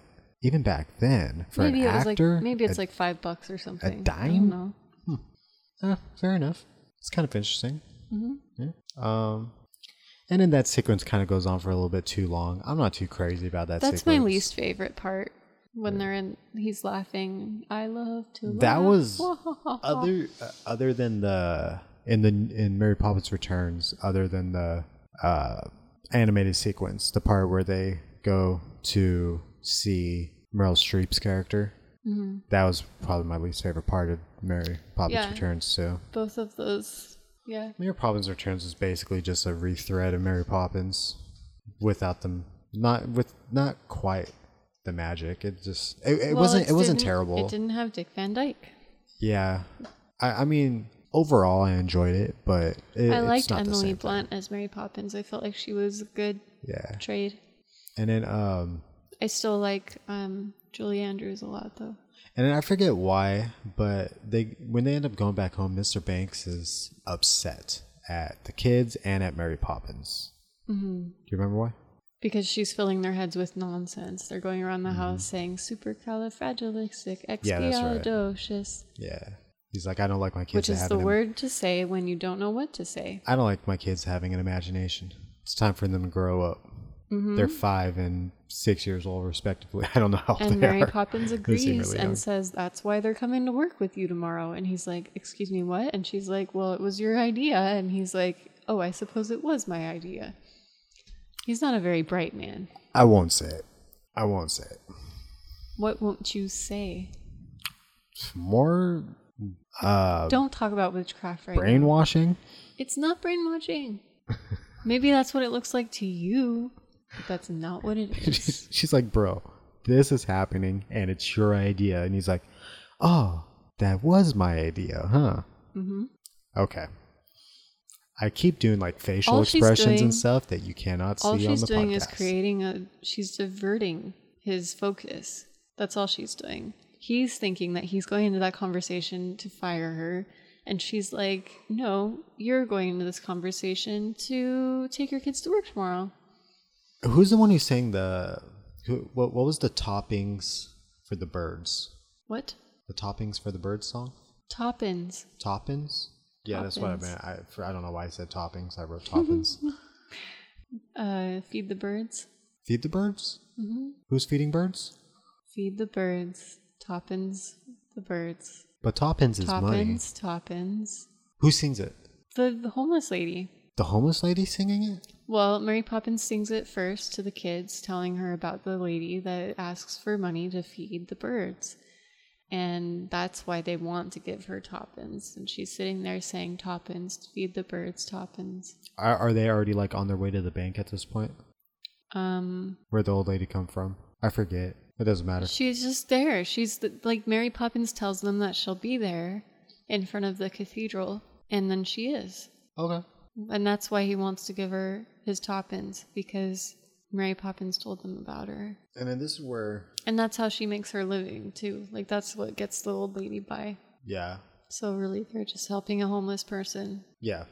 S6: even back then, for
S7: maybe
S6: an
S7: it was
S6: actor,
S7: like maybe it's
S6: a-
S7: like five bucks or something. I
S6: dime?
S7: don't know.
S6: eh, fair enough. It's kind of interesting.
S7: Mm-hmm.
S6: Yeah. Um, and then that sequence kind of goes on for a little bit too long. I'm not too crazy about that.
S7: That's my
S6: sequence.
S7: least favorite part when they're in. He's laughing. I love to.
S6: That
S7: laugh."
S6: was other uh, other than the in the in Mary Poppins Returns, other than the uh, animated sequence, the part where they go to see Meryl Streep's character. That was probably my least favorite part of Mary Poppins
S7: Mm-hmm. Yeah.
S6: Returns too.
S7: both of those. Yeah,
S6: Mary Poppins Returns is basically just a rethread of Mary Poppins without them not with not quite the magic. It just it, it
S7: Well,
S6: wasn't it wasn't
S7: didn't-
S6: terrible.
S7: It didn't have Dick Van Dyke.
S6: Yeah, I, I mean, overall, I enjoyed it, but it,
S7: I
S6: it's
S7: liked
S6: not the
S7: Emily
S6: same
S7: Blunt as Mary Poppins. I felt like she was a good
S6: Thing. Yeah,
S7: trade.
S6: and then um,
S7: I still like um, Julie Andrews a lot though.
S6: and then I forget why, but they when they end up going back home, Mr. Banks is upset at the kids and at Mary Poppins. Mm-hmm. Do you remember why?
S7: Because she's filling their heads with nonsense. They're going around
S6: Mm-hmm.
S7: the house saying supercalifragilisticexpialidocious.
S6: Yeah, that's right. Yeah, he's like, I don't like my kids.
S7: which is the
S6: having an-
S7: word to say when you don't know what to say.
S6: I don't like my kids having an imagination. It's time for them to grow up.
S7: Mm-hmm.
S6: They're five and six years old, respectively. I don't know how old
S7: And
S6: they
S7: Mary
S6: are.
S7: Poppins
S6: They
S7: agrees
S6: seem really young.
S7: and says, That's why they're coming to work with you tomorrow. And he's like, Excuse me, what? And she's like, Well, it was your idea. And he's like, Oh, I suppose it was my idea. He's not a very bright man.
S6: I won't say it. I won't say it.
S7: What won't you say?
S6: More Uh,
S7: Don't talk about witchcraft right now.
S6: brainwashing.
S7: It's not brainwashing. Maybe that's what it looks like to you, but that's not what it is.
S6: She's like, bro, this is happening and it's your idea. And he's like, oh, that was my idea, huh? Mm-hmm. Okay. I keep doing like facial
S7: All she's
S6: expressions
S7: doing-
S6: and stuff that you cannot
S7: all
S6: see
S7: she's
S6: on the
S7: doing
S6: podcast.
S7: is creating a she's diverting his focus that's all she's doing he's thinking that he's going into that conversation to fire her and she's like no you're going into this conversation to take your kids to work tomorrow
S6: Who's the one who sang the? Who, what, what was the toppings for the birds?
S7: what
S6: The toppings for the birds song?
S7: toppins
S6: Toppins? Yeah, that's what I
S7: Toppins. Mm-hmm.
S6: meant. I, for- I don't know why I said toppings. I wrote toppins.
S7: uh, feed the birds
S6: Feed the birds? Who's feeding birds?
S7: feed the birds toppins the birds
S6: But toppins is money.
S7: toppins toppins
S6: Who sings it?
S7: the, the homeless lady
S6: The homeless lady singing it?
S7: Well, Mary Poppins sings it first to the kids, telling her about the lady that asks for money to feed the birds. And that's why they want to give her toppins. And she's sitting there saying, Toppins, feed the birds, toppins.
S6: Are, are they already like on their way to the bank at this point?
S7: Um,
S6: Where the old lady come from? I forget. It doesn't matter.
S7: she's just there. She's the, like, Mary Poppins tells them that she'll be there in front of the cathedral. And then she is.
S6: Okay.
S7: And that's why he wants to give her his toppins, because Mary Poppins told them about her.
S6: And then this is where,
S7: And that's how she makes her living too. Like that's what gets the old lady by.
S6: yeah,
S7: So really they're just helping a homeless person.
S6: yeah,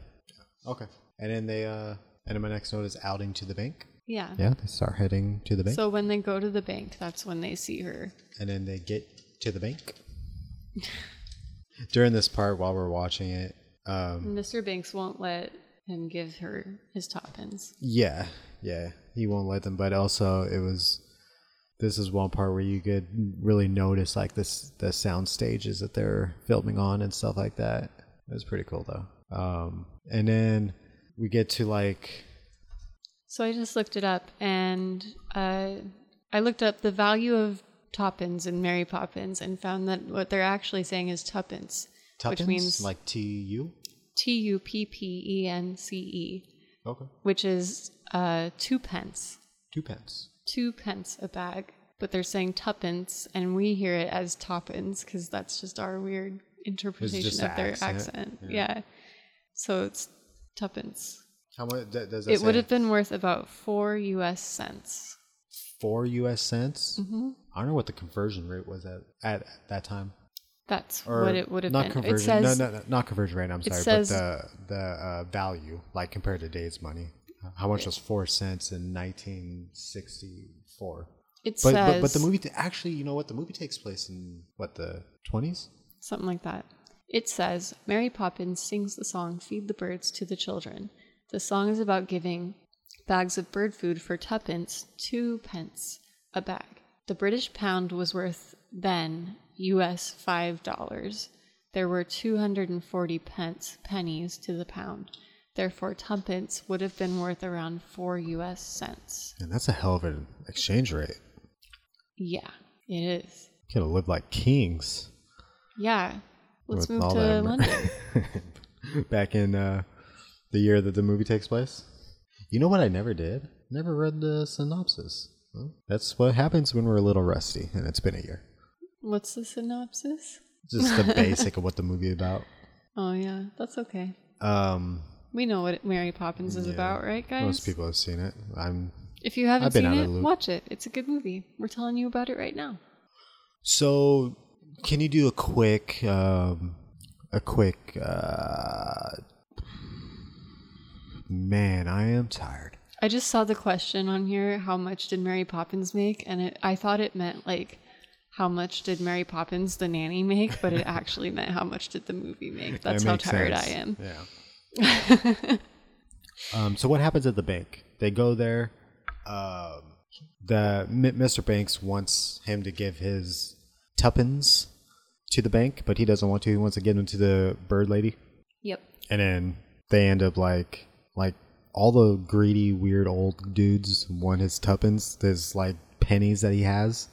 S6: okay. And then they, uh, and then my next note is outing to the bank.
S7: Yeah.
S6: Yeah, they start heading to the bank,
S7: So when they go to the bank, that's when they see her.
S6: and then they get to the bank. During this part, while we're watching it, um,
S7: Mr. Banks won't let him give her his toppins.
S6: yeah, yeah, he won't let them. But also, it was this is one part where you could really notice like this the sound stages that they're filming on and stuff like that. It was pretty cool though. Um, and then we get to like
S7: So I just looked it up and uh, I looked up the value of toppins and Mary Poppins and found that what they're actually saying is tuppence,
S6: tuppence,
S7: which means
S6: like T U.
S7: T U P P E N C E,
S6: Okay,
S7: which is uh, two pence.
S6: two pence.
S7: two pence a bag, but they're saying tuppence, and we hear it as toppins because that's just our weird interpretation
S6: the
S7: of their
S6: accent,
S7: accent.
S6: yeah.
S7: Yeah. So it's tuppence.
S6: How much that, does that
S7: It would
S6: say?
S7: have been worth about four US cents.
S6: four U.S. cents. Mm-hmm. I don't know what the conversion rate was at at, that time.
S7: That's
S6: Or
S7: what it would have
S6: not
S7: been.
S6: Conversion,
S7: it says
S6: no, no, no, not conversion rate. I'm sorry,
S7: says-
S6: but the the uh, value, like compared to today's money, Uh, how much was four cents in 1964?
S7: it
S6: But,
S7: says
S6: but but the movie t- actually, you know what? The movie takes place in what the 20s.
S7: something like that. It says Mary Poppins sings the song Feed the Birds to the Children. The song is about giving bags of bird food for tuppence, two pence a bag. The British pound was worth then US five dollars. There were 240 pence pennies to the pound. Therefore, tuppence would have been worth around four US cents.
S6: And that's a hell of an exchange rate.
S7: Yeah, it is.
S6: Could have lived like kings
S7: Yeah. Let's
S6: With
S7: move
S6: all
S7: to
S6: that-
S7: London.
S6: back in uh, the year that the movie takes place. You know what? I never did. Never read the synopsis. Well, That's what happens when we're a little rusty, and it's been a year.
S7: What's the synopsis?
S6: just the basic of what the movie about.
S7: Oh yeah, that's okay.
S6: Um,
S7: We know what Mary Poppins is about, right, guys?
S6: most people have seen it. I'm
S7: If you haven't
S6: I've been
S7: seen
S6: out of
S7: it,
S6: the loop.
S7: watch it. It's a good movie. We're telling you about it right now.
S6: so. Can you do a quick, um, a quick? Uh, man, I am tired.
S7: I just saw the question on here: How much did Mary Poppins make? And it, I thought it meant like, how much did Mary Poppins the nanny make? But it actually meant how much did the movie make? That's
S6: That
S7: how
S6: makes
S7: tired
S6: sense.
S7: I am.
S6: Yeah. um, so what happens at the bank? They go there. um, the M- Mr. Banks wants him to give his tuppence to the bank, but he doesn't want to. He wants to give them to the bird lady,
S7: Yep.
S6: and then they end up like like all the greedy, weird old dudes want his tuppence, his like pennies that he has,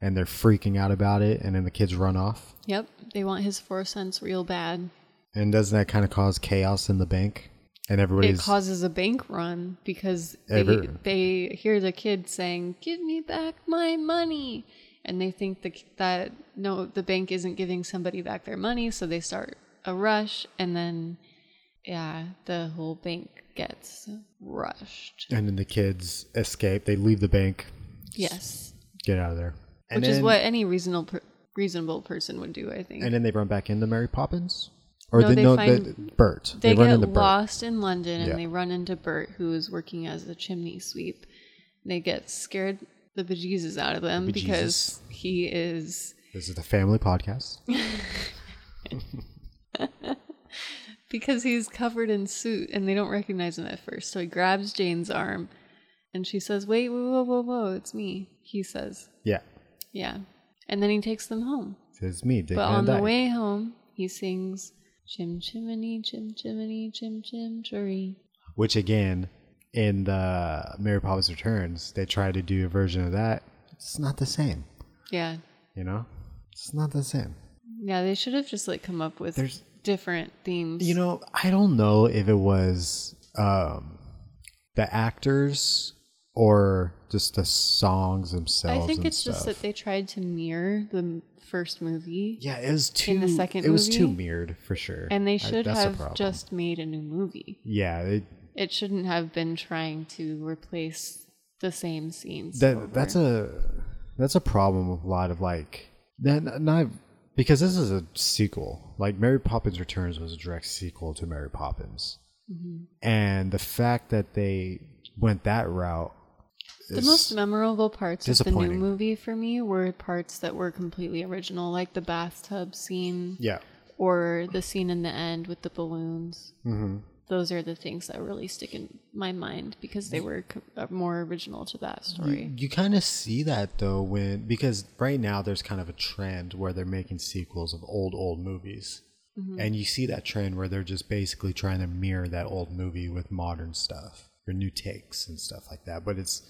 S6: and they're freaking out about it. And then the kids run off.
S7: Yep. They want his four cents real bad.
S6: And doesn't that kind of cause chaos in the bank? And
S7: It
S6: everybody's
S7: causes a bank run because they,
S6: Ever.
S7: they hear the kid saying, "Give me back my money," and they think the, that no, the bank isn't giving somebody back their money, so they start a rush, and then yeah, the whole bank gets rushed.
S6: and then the kids escape. They leave the bank,
S7: Yes,
S6: get out of there, and
S7: which is
S6: then-
S7: what any reasonable per- reasonable person would do, I think.
S6: And then they run back into Mary Poppins, or
S7: No,
S6: the,
S7: they
S6: no,
S7: find-
S6: the, Bert.
S7: they,
S6: run
S7: get
S6: into Bert.
S7: lost in London and
S6: Yeah.
S7: they run into Bert, who is working as a chimney sweep. They get scared the bejesus out of them because he is
S6: This is the family podcast.
S7: because he's covered in soot and they don't recognize him at first. So he grabs Jane's arm and she says, "Wait, whoa, whoa, whoa, whoa, it's me." He says,
S6: yeah,
S7: "Yeah," and then he takes them home.
S6: it's me, Dick
S7: But
S6: Van
S7: on the
S6: Dyke.
S7: way home, he sings, "Chim chimney, chim chimney, chim chim choree."
S6: Which again, in the Mary Poppins Returns, they try to do a version of that. It's not the same,
S7: Yeah,
S6: you know. It's not the same.
S7: Yeah, they should have just like come up with
S6: There's-
S7: different themes.
S6: You know, I don't know if it was um, the actors or just the songs themselves.
S7: I think
S6: and
S7: it's just
S6: stuff.
S7: that they tried to mirror the m- first movie,
S6: Yeah, it was too.
S7: in the second
S6: it was too
S7: movie.
S6: mirrored for sure.
S7: and they
S6: I-
S7: should
S6: that's the
S7: have
S6: problem.
S7: just made a new movie.
S6: Yeah, it,
S7: It shouldn't have been trying to replace the same scenes. over.
S6: that that's a that's a problem with a lot of like that not because this is a sequel. Like Mary Poppins Returns was a direct sequel to Mary Poppins,
S7: Mm-hmm.
S6: and the fact that they went that route
S7: the
S6: is-
S7: most memorable parts of the new
S6: disappointing.
S7: movie for me were parts that were completely original, like the bathtub scene
S6: yeah
S7: or the scene in the end with the balloons.
S6: hmm
S7: those are the things that really stick in my mind because they were co- uh, more original to that story.
S6: You kind of see that though when because right now there's kind of a trend where they're making sequels of old old movies.
S7: Mm-hmm.
S6: And you see that trend where they're just basically trying to mirror that old movie with modern stuff or new takes and stuff like that. But it's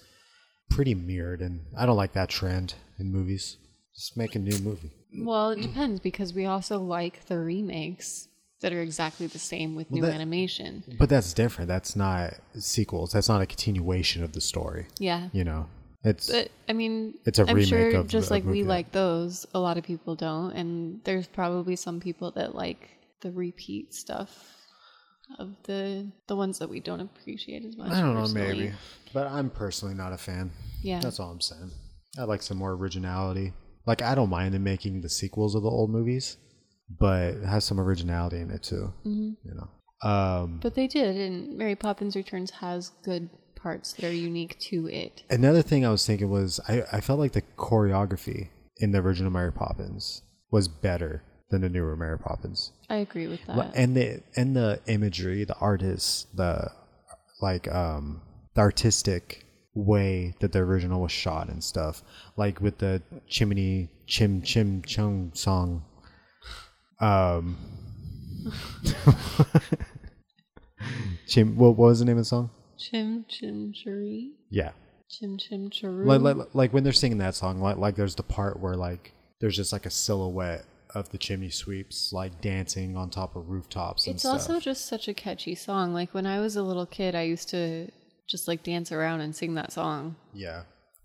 S6: pretty mirrored, and I don't like that trend in movies. Just make a new movie.
S7: Well, it depends because we also like the remakes that are exactly the same with
S6: Well,
S7: new
S6: that-
S7: animation.
S6: But that's different. That's not sequels. That's not a continuation of the story.
S7: Yeah.
S6: You know, it's
S7: But I mean,
S6: It's a
S7: I'm
S6: remake
S7: sure
S6: of
S7: just
S6: the-
S7: like
S6: of
S7: we
S6: movie.
S7: like those, a lot of people don't, and there's probably some people that like the repeat stuff of the the ones that we don't appreciate as much.
S6: I don't know,
S7: personally.
S6: maybe. But I'm personally not a fan.
S7: Yeah.
S6: That's all I'm saying. I like some more originality. Like, I don't mind them making the sequels of the old movies, but it has some originality in it, too. You know? Um,
S7: But they did, and Mary Poppins Returns has good parts that are unique to it.
S6: another thing I was thinking was I, I felt like the choreography in the original Mary Poppins was better than the newer Mary Poppins.
S7: I agree with that.
S6: Li- and the and the imagery, the artists, the like um the artistic way that the original was shot and stuff, like with the chimney chim chim chung song. Um, chim. What, what was the name of the song?
S7: Chim chim chiree.
S6: Yeah,
S7: Chim chim chiroo.
S6: like, like like when they're singing that song, like like there's the part where like there's just like a silhouette of the chimney sweeps like dancing on top of rooftops. And
S7: it's
S6: stuff.
S7: also just such a catchy song. Like when I was a little kid, I used to just like dance around and sing that song.
S6: Yeah,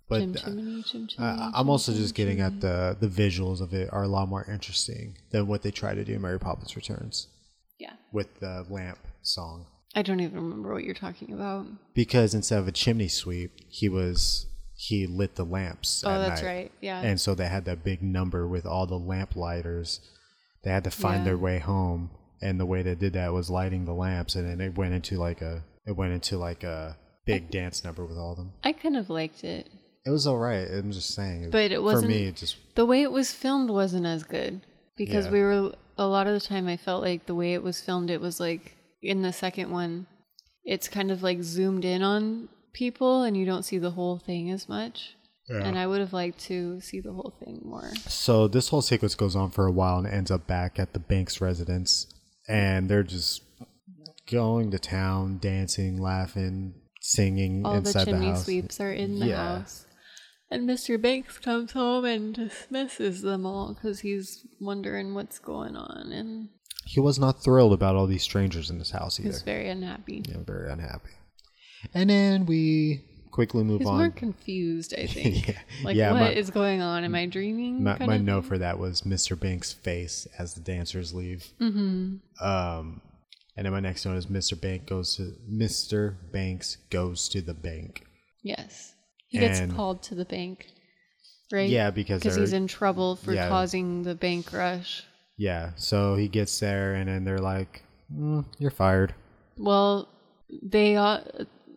S6: but
S7: chim
S6: uh,
S7: chimney, chim chimney.
S6: I, I'm also just getting at the the visuals of it are a lot more interesting than what they try to do in Mary Poppins Returns
S7: yeah.
S6: with the lamp song.
S7: I don't even remember what you're talking about.
S6: Because instead of a chimney sweep, he was he lit the lamps.
S7: Oh,
S6: at
S7: that's
S6: night.
S7: right. Yeah.
S6: And so they had that big number with all the lamp lighters. They had to find
S7: Yeah.
S6: their way home, and the way they did that was lighting the lamps, and then it went into like a it went into like a big dance number with all of them.
S7: I kind of liked it.
S6: It was all right. I'm just saying.
S7: But it
S6: for
S7: wasn't-
S6: me. It just
S7: The way it was filmed wasn't as good because
S6: Yeah.
S7: we were a lot of the time I felt like the way it was filmed it was like in the second one it's kind of like zoomed in on people and you don't see the whole thing as much.
S6: Yeah.
S7: And I would have liked to see the whole thing more.
S6: So this whole sequence goes on for a while and ends up back at the Banks residence, and they're just going to town, dancing, laughing, singing
S7: All the
S6: inside the,
S7: chimney
S6: house.
S7: sweeps are in the
S6: Yeah.
S7: house. And Mr. Banks comes home and dismisses them all because he's wondering what's going on and
S6: He was not thrilled about all these strangers in his house either.
S7: he's very unhappy.
S6: Yeah, very unhappy. And then we quickly move
S7: He's
S6: on.
S7: more confused, I think.
S6: Yeah.
S7: Like, what
S6: Yeah,
S7: is
S6: my-
S7: going on? Am I dreaming?
S6: My,
S7: kind
S6: my
S7: of
S6: note
S7: thing?
S6: for that was Mr. Banks' face as the dancers leave. Mm-hmm. Um, and then my next note is Mr. Bank goes to Mr. Banks goes to the bank.
S7: Yes. He gets
S6: And-
S7: called to the bank, right?
S6: Yeah, because
S7: because he's
S6: they're-
S7: in trouble for
S6: Yeah.
S7: causing the bank rush.
S6: Yeah, so he gets there and then they're like, mm, "You're fired."
S7: Well, they uh,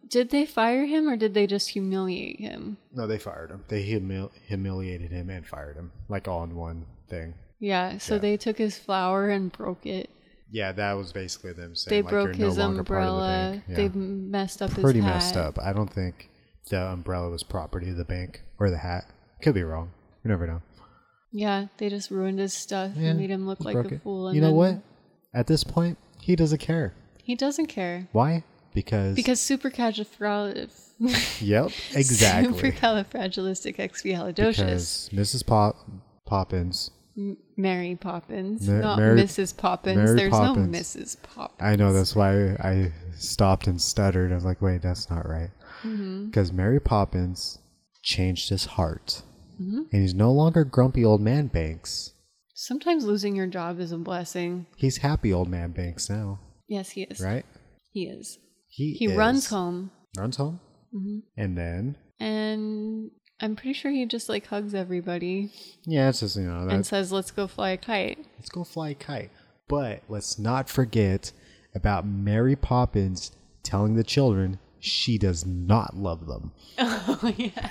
S7: did they fire him or did they just humiliate him?
S6: No, they fired him. They humil- humiliated him and fired him, like all in one thing.
S7: Yeah, so they took his flower and broke it.
S6: Yeah, that was basically them saying
S7: They
S6: like,
S7: broke
S6: you're
S7: his
S6: no longer part of the
S7: umbrella.
S6: bank. Yeah.
S7: They messed up his
S6: pretty
S7: hat.
S6: messed up. I don't think the umbrella was property of the bank or the hat. Could be wrong. You never know.
S7: Yeah, they just ruined his stuff
S6: Yeah,
S7: and made him look
S6: just
S7: like
S6: broke
S7: a
S6: it.
S7: fool. And
S6: You know
S7: then
S6: what? At this point, he doesn't care.
S7: He doesn't care
S6: Why? Because.
S7: because supercalifragil-
S6: Yep. Exactly. Because
S7: supercalifragilisticexpialidocious.
S6: Mrs. Pop- Poppins.
S7: Mary Poppins,
S6: Ma-
S7: not
S6: Mary-
S7: Mrs. Poppins.
S6: Mary
S7: There's
S6: Poppins.
S7: no Mrs. Poppins.
S6: I know that's why I stopped and stuttered. I was like, "Wait, that's not right."
S7: Mm-hmm.
S6: Because Mary Poppins changed his heart,
S7: Mm-hmm.
S6: and he's no longer grumpy old man Banks.
S7: Sometimes losing your job is a blessing.
S6: He's happy old man Banks now,
S7: Yes, he is.
S6: right?
S7: He is.
S6: He
S7: He
S6: is-
S7: runs home, Mm-hmm.
S6: Runs home, and then
S7: and I'm pretty sure he just like hugs everybody
S6: yeah, it's just you know
S7: and
S6: that's,
S7: says, "Let's go fly a kite."
S6: let's go fly a kite. But let's not forget about Mary Poppins telling the children she does not love them.
S7: Oh yeah,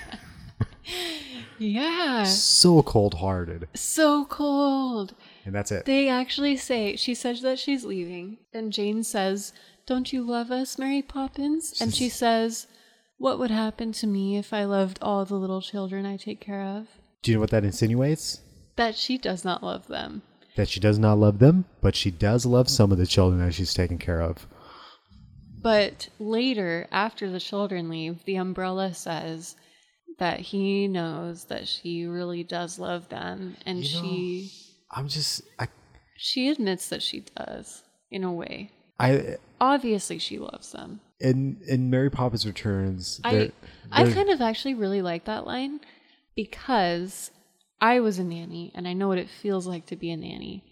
S7: yeah.
S6: So cold hearted,
S7: So cold.
S6: and that's it.
S7: They actually say she says that she's leaving, and Jane says, "Don't you love us, Mary Poppins?" And she says, "What would happen to me if I loved all the little children I take care of?"
S6: Do you know what that insinuates?
S7: That she does not love them.
S6: that she does not love them, but she does love some of the children that she's taking care of.
S7: But later, after the children leave, the umbrella says that he knows that she really does love them, and
S6: You know-
S7: she
S6: I'm just I
S7: she admits that she does in a way.
S6: I
S7: Obviously, she loves them.
S6: in in Mary Poppins Returns.
S7: I
S6: there-
S7: I
S6: there-
S7: kind of actually really like that line because I was a nanny and I know what it feels like to be a nanny.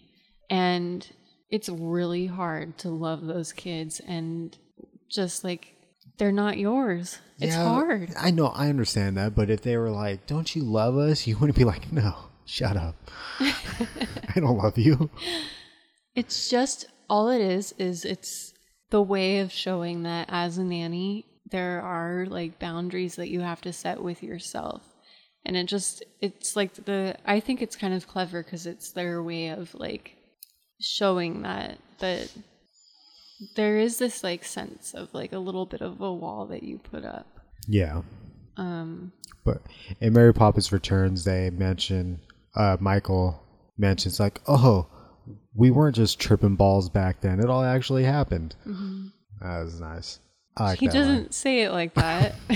S7: And it's really hard to love those kids and just like they're not yours. It's
S6: Yeah,
S7: hard.
S6: I know I understand that, but if they were like, "Don't you love us?" You wouldn't be like, "No, shut up. I don't love you."
S7: It's just all it is is it's the way of showing that as a nanny there are like boundaries that you have to set with yourself. And it just it's like the I think it's kind of clever cuz it's their way of like showing that that there is this like sense of like a little bit of a wall that you put up.
S6: Yeah,
S7: Um
S6: but in Mary Poppins Returns, they mention uh, Michael mentions like, "Oh, we weren't just tripping balls back then; it all actually happened." That was nice. I like
S7: Mm-hmm. he
S6: that line.
S7: doesn't say it like that.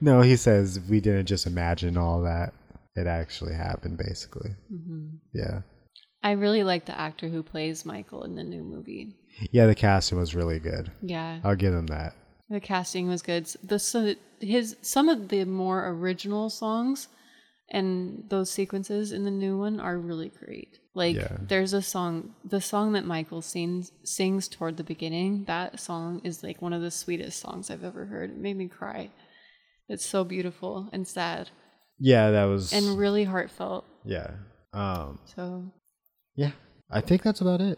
S6: No, he says we didn't just imagine all that. It actually happened, basically.
S7: Mm-hmm.
S6: Yeah.
S7: I really like the actor who plays Michael in the new movie.
S6: Yeah, the casting was really good.
S7: Yeah.
S6: I'll give him that.
S7: The casting was good. S- The so his some of the more original songs and those sequences in the new one are really great. Like
S6: Yeah.
S7: there's a song, the song that Michael sings sings toward the beginning. That song is like one of the sweetest songs I've ever heard. It made me cry. It's so beautiful and sad
S6: Yeah, that was.
S7: and really heartfelt.
S6: yeah. Um,
S7: So
S6: yeah. I think that's about it.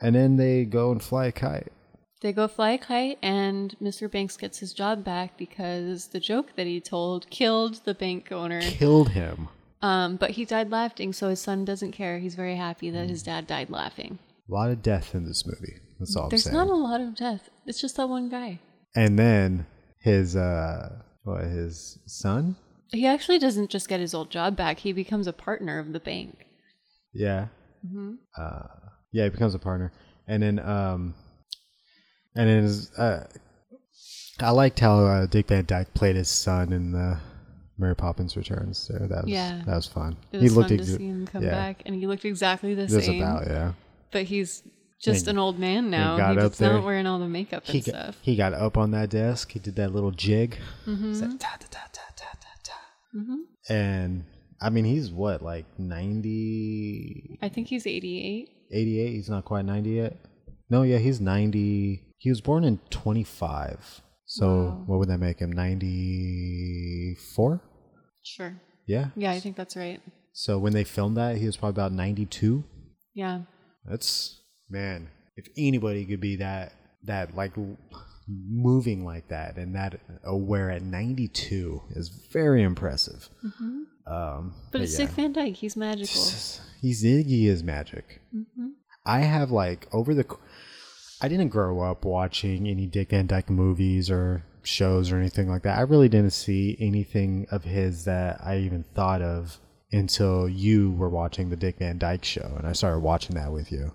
S6: And then they go and fly a kite.
S7: they go fly a kite, and Mr. Banks gets his job back because the joke that he told killed the bank owner.
S6: Killed him. Mm.
S7: Um, but he died laughing, so his son doesn't care. He's very happy that his dad died laughing.
S6: A lot of death in this movie. That's all
S7: There's
S6: I'm
S7: not
S6: saying.
S7: a lot of death. It's just that one guy.
S6: and then his uh, what, his son?
S7: He actually doesn't just get his old job back. He becomes a partner of the bank.
S6: Yeah.
S7: Mm-hmm.
S6: Uh, yeah, he becomes a partner, and then um, and then his, uh, I liked how uh, Dick Van Dyke played his son in the Mary Poppins Returns. There, that was
S7: Yeah.
S6: that was fun.
S7: It was fun to
S6: exa-
S7: see him come
S6: yeah,
S7: back, and he looked exactly the
S6: Just
S7: same.
S6: about yeah.
S7: But he's just
S6: He-
S7: an old man now.
S6: got
S7: He
S6: up
S7: he's
S6: there.
S7: not wearing all the makeup and
S6: He got,
S7: stuff. Mm-hmm.
S6: he got up on that desk. He did that little jig. He's like, "Ta, ta, ta, ta, ta, ta, ta." And I mean, he's what like 90,
S7: I think he's 88.
S6: 88 he's not quite 90 yet no yeah he's 90 he was born in 25 so what would that make him 94
S7: Sure.
S6: yeah
S7: Yeah, I think that's right.
S6: so when they filmed that he was probably about 92
S7: Yeah.
S6: that's man if anybody could be that that like l- moving like that and that aware at 92 is very impressive um
S7: But it's Dick Van Dyke. He's magical.
S6: He's Iggy is magic. I have like over the. I didn't grow up watching any Dick Van Dyke movies or shows or anything like that. I really didn't see anything of his that I even thought of until you were watching the Dick Van Dyke show, and I started watching that with you,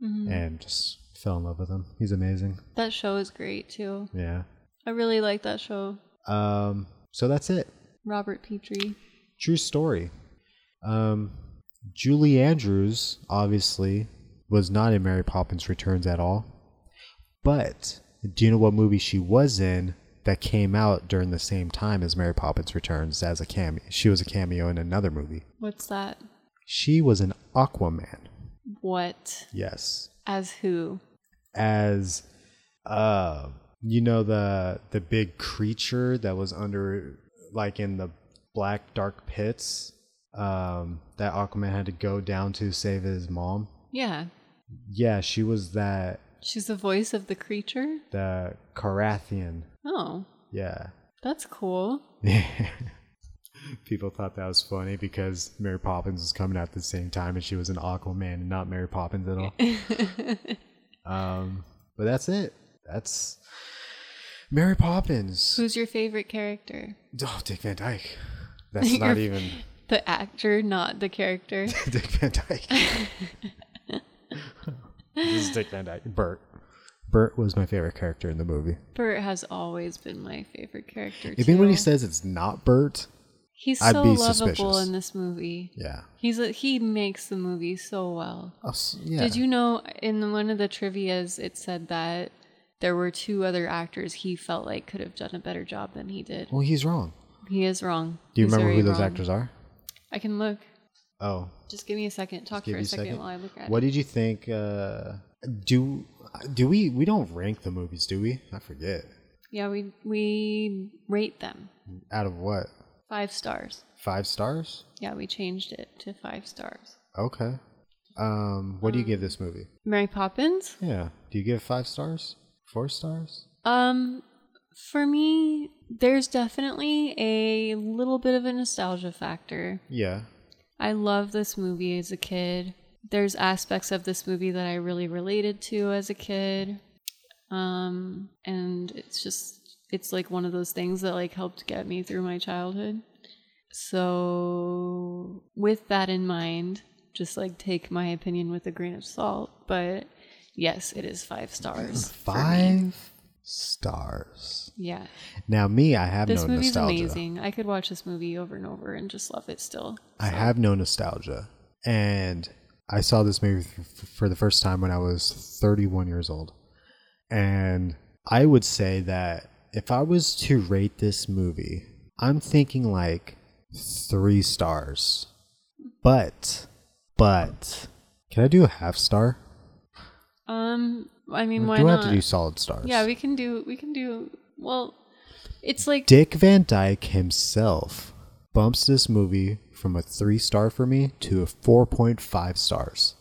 S6: and just fell in love with him. He's amazing.
S7: That show is great, too.
S6: Yeah.
S7: I really like that show.
S6: Um. So that's it.
S7: Robert Petrie.
S6: True story. Um, Julie Andrews obviously was not in Mary Poppins Returns at all. But do you know what movie she was in that came out during the same time as Mary Poppins Returns as a cameo? She was a cameo in another movie.
S7: What's that?
S6: She was an Aquaman.
S7: What?
S6: Yes.
S7: As who?
S6: As uh you know the the big creature that was under like in the black dark pits um that Aquaman had to go down to save his mom.
S7: Yeah.
S6: Yeah, she was that
S7: She's the voice of the creature?
S6: the Carathian.
S7: Oh,
S6: Yeah.
S7: that's cool.
S6: People thought that was funny because Mary Poppins was coming out at the same time and she was an Aquaman and not Mary Poppins at all. um, but that's it. That's Mary Poppins.
S7: Who's your favorite character?
S6: Oh, Dick Van Dyke. That's not even
S7: The actor, not the character.
S6: Dick Van Dyke. this is Dick Van Dyke. Bert. Bert was my favorite character in the movie.
S7: Bert has always been my favorite character.
S6: Even when he
S7: too.
S6: says it's not Bert,
S7: he's
S6: I'd
S7: so
S6: be
S7: lovable
S6: suspicious.
S7: in this movie.
S6: yeah.
S7: He's a, he makes the movie so well.
S6: I'll s- yeah.
S7: Did you know in one of the trivia's it said that there were two other actors he felt like could have done a better job than he did.
S6: Well, he's wrong.
S7: He is wrong.
S6: Do you
S7: He's
S6: remember
S7: very
S6: who those
S7: wrong.
S6: actors are?
S7: I can look.
S6: Oh,
S7: Just give me a second. Talk
S6: give
S7: for
S6: you
S7: a second, while I look at
S6: What
S7: it.
S6: did you think? Uh, do do we we don't rank the movies, do we? I forget.
S7: Yeah, we we rate them
S6: Out of what?
S7: five stars.
S6: Five stars?
S7: Yeah, we changed it to five stars.
S6: Okay. Um, what do you give this movie?
S7: Mary Poppins.
S6: Yeah. Do you give it five stars? Four stars?
S7: Um, for me, there's definitely a little bit of a nostalgia factor.
S6: Yeah.
S7: I love this movie as a kid. There's aspects of this movie that I really related to as a kid. Um, and it's just, it's like one of those things that like helped get me through my childhood. So, with that in mind, just like take my opinion with a grain of salt. But yes, it is five stars. for me.
S6: Five stars.
S7: Yeah.
S6: Now, me, I have
S7: This
S6: no
S7: movie's
S6: nostalgia.
S7: amazing. I could watch this movie over and over and just love it still.
S6: I have no nostalgia, and I saw this movie f- f- for the first time when I was 31 years old, and I would say that if I was to rate this movie, I'm thinking like three stars, but but can I do a half star?
S7: Um, I mean,
S6: Or
S7: why
S6: do I
S7: not?
S6: have to do solid stars?
S7: yeah, we can do. We can do. Well, it's like
S6: Dick Van Dyke himself bumps this movie from a three star for me to a 4.5 stars.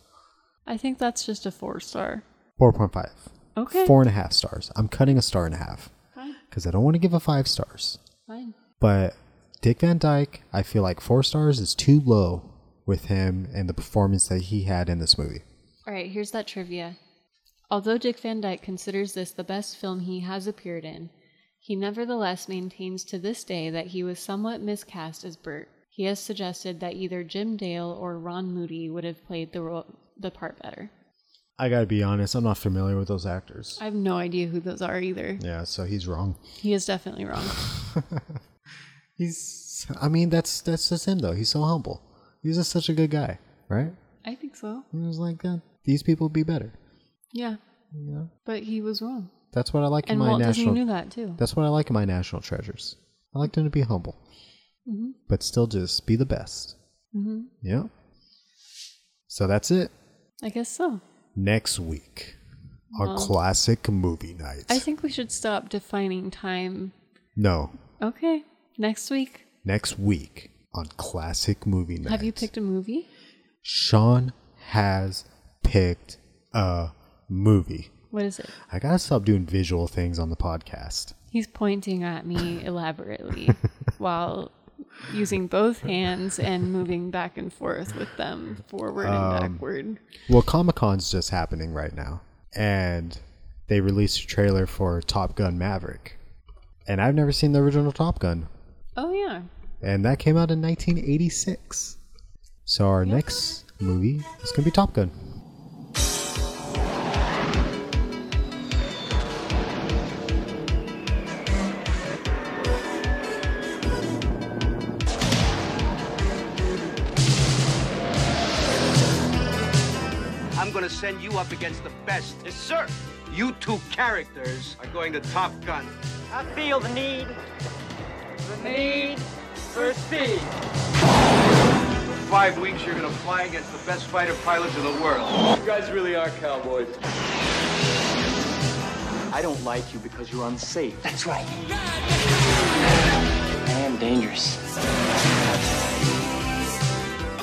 S7: I think that's just a four star.
S6: 4.5.
S7: Okay,
S6: four and a half stars. I'm cutting a star and a half
S7: Fine.
S6: because I don't want to give a five stars.
S7: fine.
S6: But Dick Van Dyke, I feel like four stars is too low with him and the performance that he had in this movie.
S7: All right, here's that trivia. Although Dick Van Dyke considers this the best film he has appeared in, he nevertheless maintains to this day that he was somewhat miscast as Bert. He has suggested that either Jim Dale or Ron Moody would have played the role, the part better.
S6: I gotta be honest, I'm not familiar with those actors.
S7: I have no idea who those are either.
S6: Yeah, so he's wrong.
S7: He is definitely wrong.
S6: He's, I mean, that's that's just him though. He's so humble. He's just such a good guy, right?
S7: I think so.
S6: He was like, "God, these people be better.
S7: Yeah. But he was wrong.
S6: That's what I like in
S7: And
S6: my
S7: Walt
S6: national.
S7: Disney knew that too.
S6: That's what I like in my national treasures. I like them to be humble,
S7: Mm-hmm.
S6: but still just be the best. Mm-hmm. Yeah. So that's it.
S7: I guess so.
S6: Next week, our classic movie night.
S7: I think we should stop defining time.
S6: no,
S7: Okay. Next week.
S6: next week on classic movie night.
S7: Have you picked a movie?
S6: Sean has picked a movie.
S7: What is it?
S6: I gotta stop doing visual things on the podcast.
S7: He's pointing at me elaborately while using both hands and moving back and forth with them forward
S6: Um,
S7: and backward.
S6: Well, Comic Con's just happening right now, and they released a trailer for Top Gun Maverick, and I've never seen the original Top Gun,
S7: Oh, yeah.
S6: and that came out in 1986. So our next movie is gonna be Top Gun.
S8: I'm gonna send you up against the best. Yes, sir. You two characters are going to Top Gun.
S3: I feel the need, the need for speed.
S8: For five weeks, you're gonna fly against the best fighter pilots in the world.
S3: You guys really are cowboys.
S9: I don't like you because you're unsafe.
S1: That's right.
S9: I am dangerous.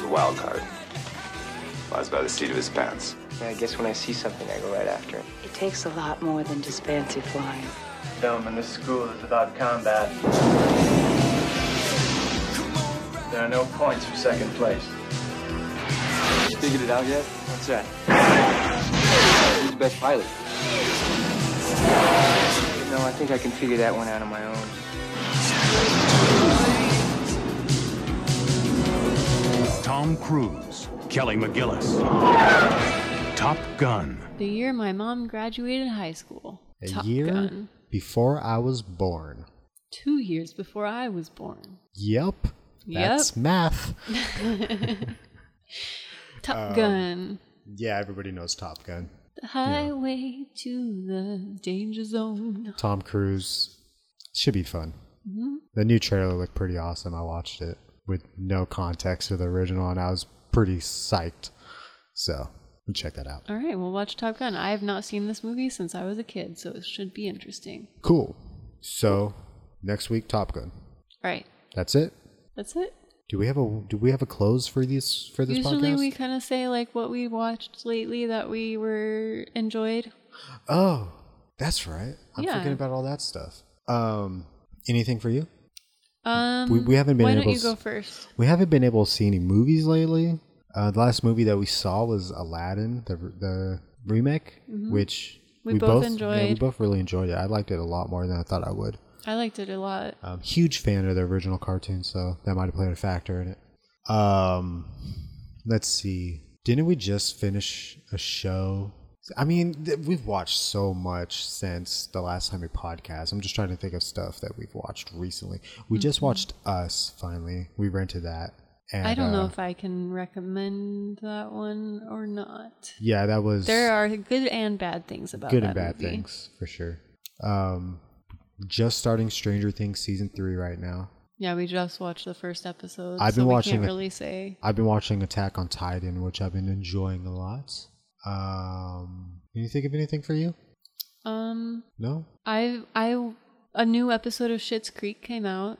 S2: The wild card lies by the seat of his pants.
S9: I guess when I see something, I go right after it.
S10: It takes a lot more than just fancy flying.
S9: Film in this school is about combat. There are no points for second place. You figured it out yet? What's that? Who's the best pilot? No, I think I can figure that one out on my own.
S5: Tom Cruise, Kelly McGillis, Top Gun.
S7: The year my mom graduated high school.
S6: A
S7: Top
S6: year
S7: Gun.
S6: before I was born.
S7: Two years before I was born.
S6: Yep.
S7: Yep.
S6: That's math.
S7: Top
S6: Um,
S7: Gun.
S6: Yeah, everybody knows Top Gun.
S7: The highway to the danger zone.
S6: Tom Cruise. Should be fun.
S7: Mm-hmm.
S6: The new trailer looked pretty awesome. I watched it with no context to the original, and I was pretty psyched. So check that out.
S7: All right, we'll watch Top Gun. I have not seen this movie since I was a kid, so it should be interesting.
S6: Cool. So next week, Top Gun.
S7: All right,
S6: That's it.
S7: that's it.
S6: Do we have a do we have a close for these for this
S7: Usually
S6: podcast?
S7: we kind of say like what we watched lately that we were enjoyed.
S6: oh, that's right. I'm
S7: Yeah.
S6: forgetting about all that stuff. Um, anything for you?
S7: Um,
S6: we haven't been
S7: Why
S6: able
S7: don't you
S6: to
S7: go
S6: s-
S7: first?
S6: We haven't been able to see any movies lately. Uh, the last movie that we saw was Aladdin, the the remake, which
S7: Mm-hmm. We both
S6: Yeah, we
S7: enjoyed.
S6: both really enjoyed it. I liked it a lot more than I thought I would.
S7: I liked it a lot.
S6: Um, huge fan of the original cartoon, so that might have played a factor in it. Um, let's see. Didn't we just finish a show? I mean, th- we've watched so much since the last time we podcast. I'm just trying to think of stuff that we've watched recently. We just watched Us finally. We rented that. And,
S7: Mm-hmm. I don't know
S6: uh,
S7: if I can recommend that one or not.
S6: Yeah, that was
S7: There are good and bad things about
S6: good
S7: that
S6: and bad
S7: movie.
S6: things for sure. Um, just starting Stranger Things season three right now.
S7: Yeah, we just watched the first episode.
S6: I've
S7: so
S6: been
S7: we
S6: watching
S7: Can't
S6: it.
S7: really say.
S6: I've been watching Attack on Titan, which I've been enjoying a lot. Um, can you think of anything for you?
S7: Um,
S6: No.
S7: I I a new episode of Shit's Creek came out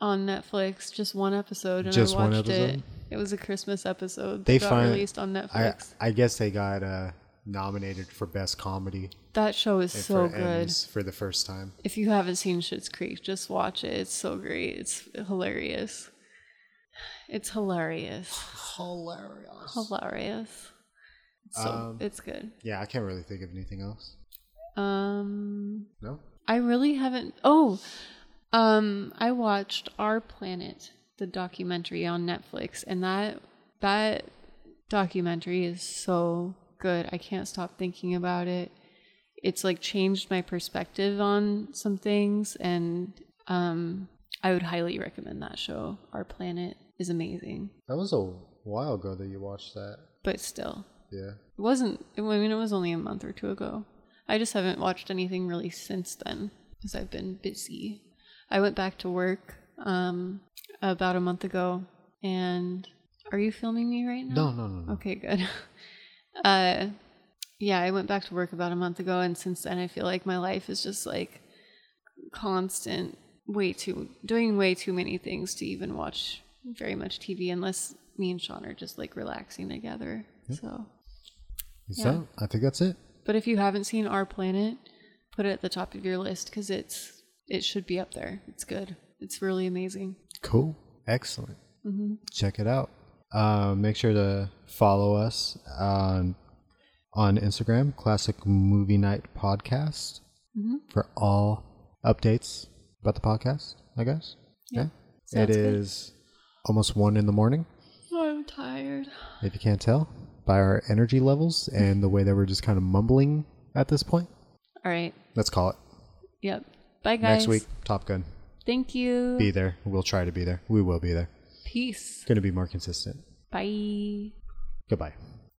S7: on Netflix. Just one episode, and
S6: Just
S7: I
S6: one
S7: watched it.
S6: episode?
S7: It was a Christmas episode.
S6: They
S7: that got
S6: fin-
S7: released on
S6: I
S7: Netflix.
S6: I guess they got uh, nominated for best comedy
S7: that show is
S6: and
S7: so
S6: for
S7: good.
S6: Emmys for the first time.
S7: If you haven't seen Shit's Creek, just watch it. It's so great. It's hilarious. It's hilarious.
S6: Hilarious.
S7: Hilarious. So
S6: Um,
S7: it's good.
S6: Yeah, I can't really think of anything else.
S7: Um,
S6: No?
S7: I really haven't. Oh, um, I watched Our Planet, the documentary on Netflix, and that that documentary is so good. I can't stop thinking about it. It's like changed my perspective on some things, and um, I would highly recommend that show. Our Planet is amazing,
S6: That was a while ago that you watched that.
S7: but still,
S6: Yeah.
S7: it wasn't. I mean, it was only a month or two ago. I just haven't watched anything really since then because I've been busy. I went back to work um, about a month ago. And are you filming me right now?
S6: No, no, no, no.
S7: Okay, good. Uh, yeah, I went back to work about a month ago. And since then, I feel like my life is just like constant, way too, doing way too many things to even watch very much TV unless me and Sean are just like relaxing together. So.
S6: Is that- I think that's it.
S7: But if you haven't seen Our Planet, put it at the top of your list because it's it should be up there. It's good. It's really amazing.
S6: Cool. Excellent.
S7: Mm-hmm.
S6: Check it out. Uh, make sure to follow us on on Instagram, Classic Movie Night Podcast,
S7: Mm-hmm.
S6: for all updates about the podcast. I guess.
S7: Yeah.
S6: It
S7: Sounds good.
S6: is almost one in the morning.
S7: Oh, I'm tired.
S6: If you can't tell by our energy levels and the way that we're just kind of mumbling at this point,
S7: All right.
S6: let's call it.
S7: Yep. Bye
S6: Next
S7: guys.
S6: week, Top Gun.
S7: Thank you.
S6: Be there. We'll try to be there. We will be there.
S7: Peace.
S6: Going to be more consistent.
S7: Bye.
S6: Goodbye.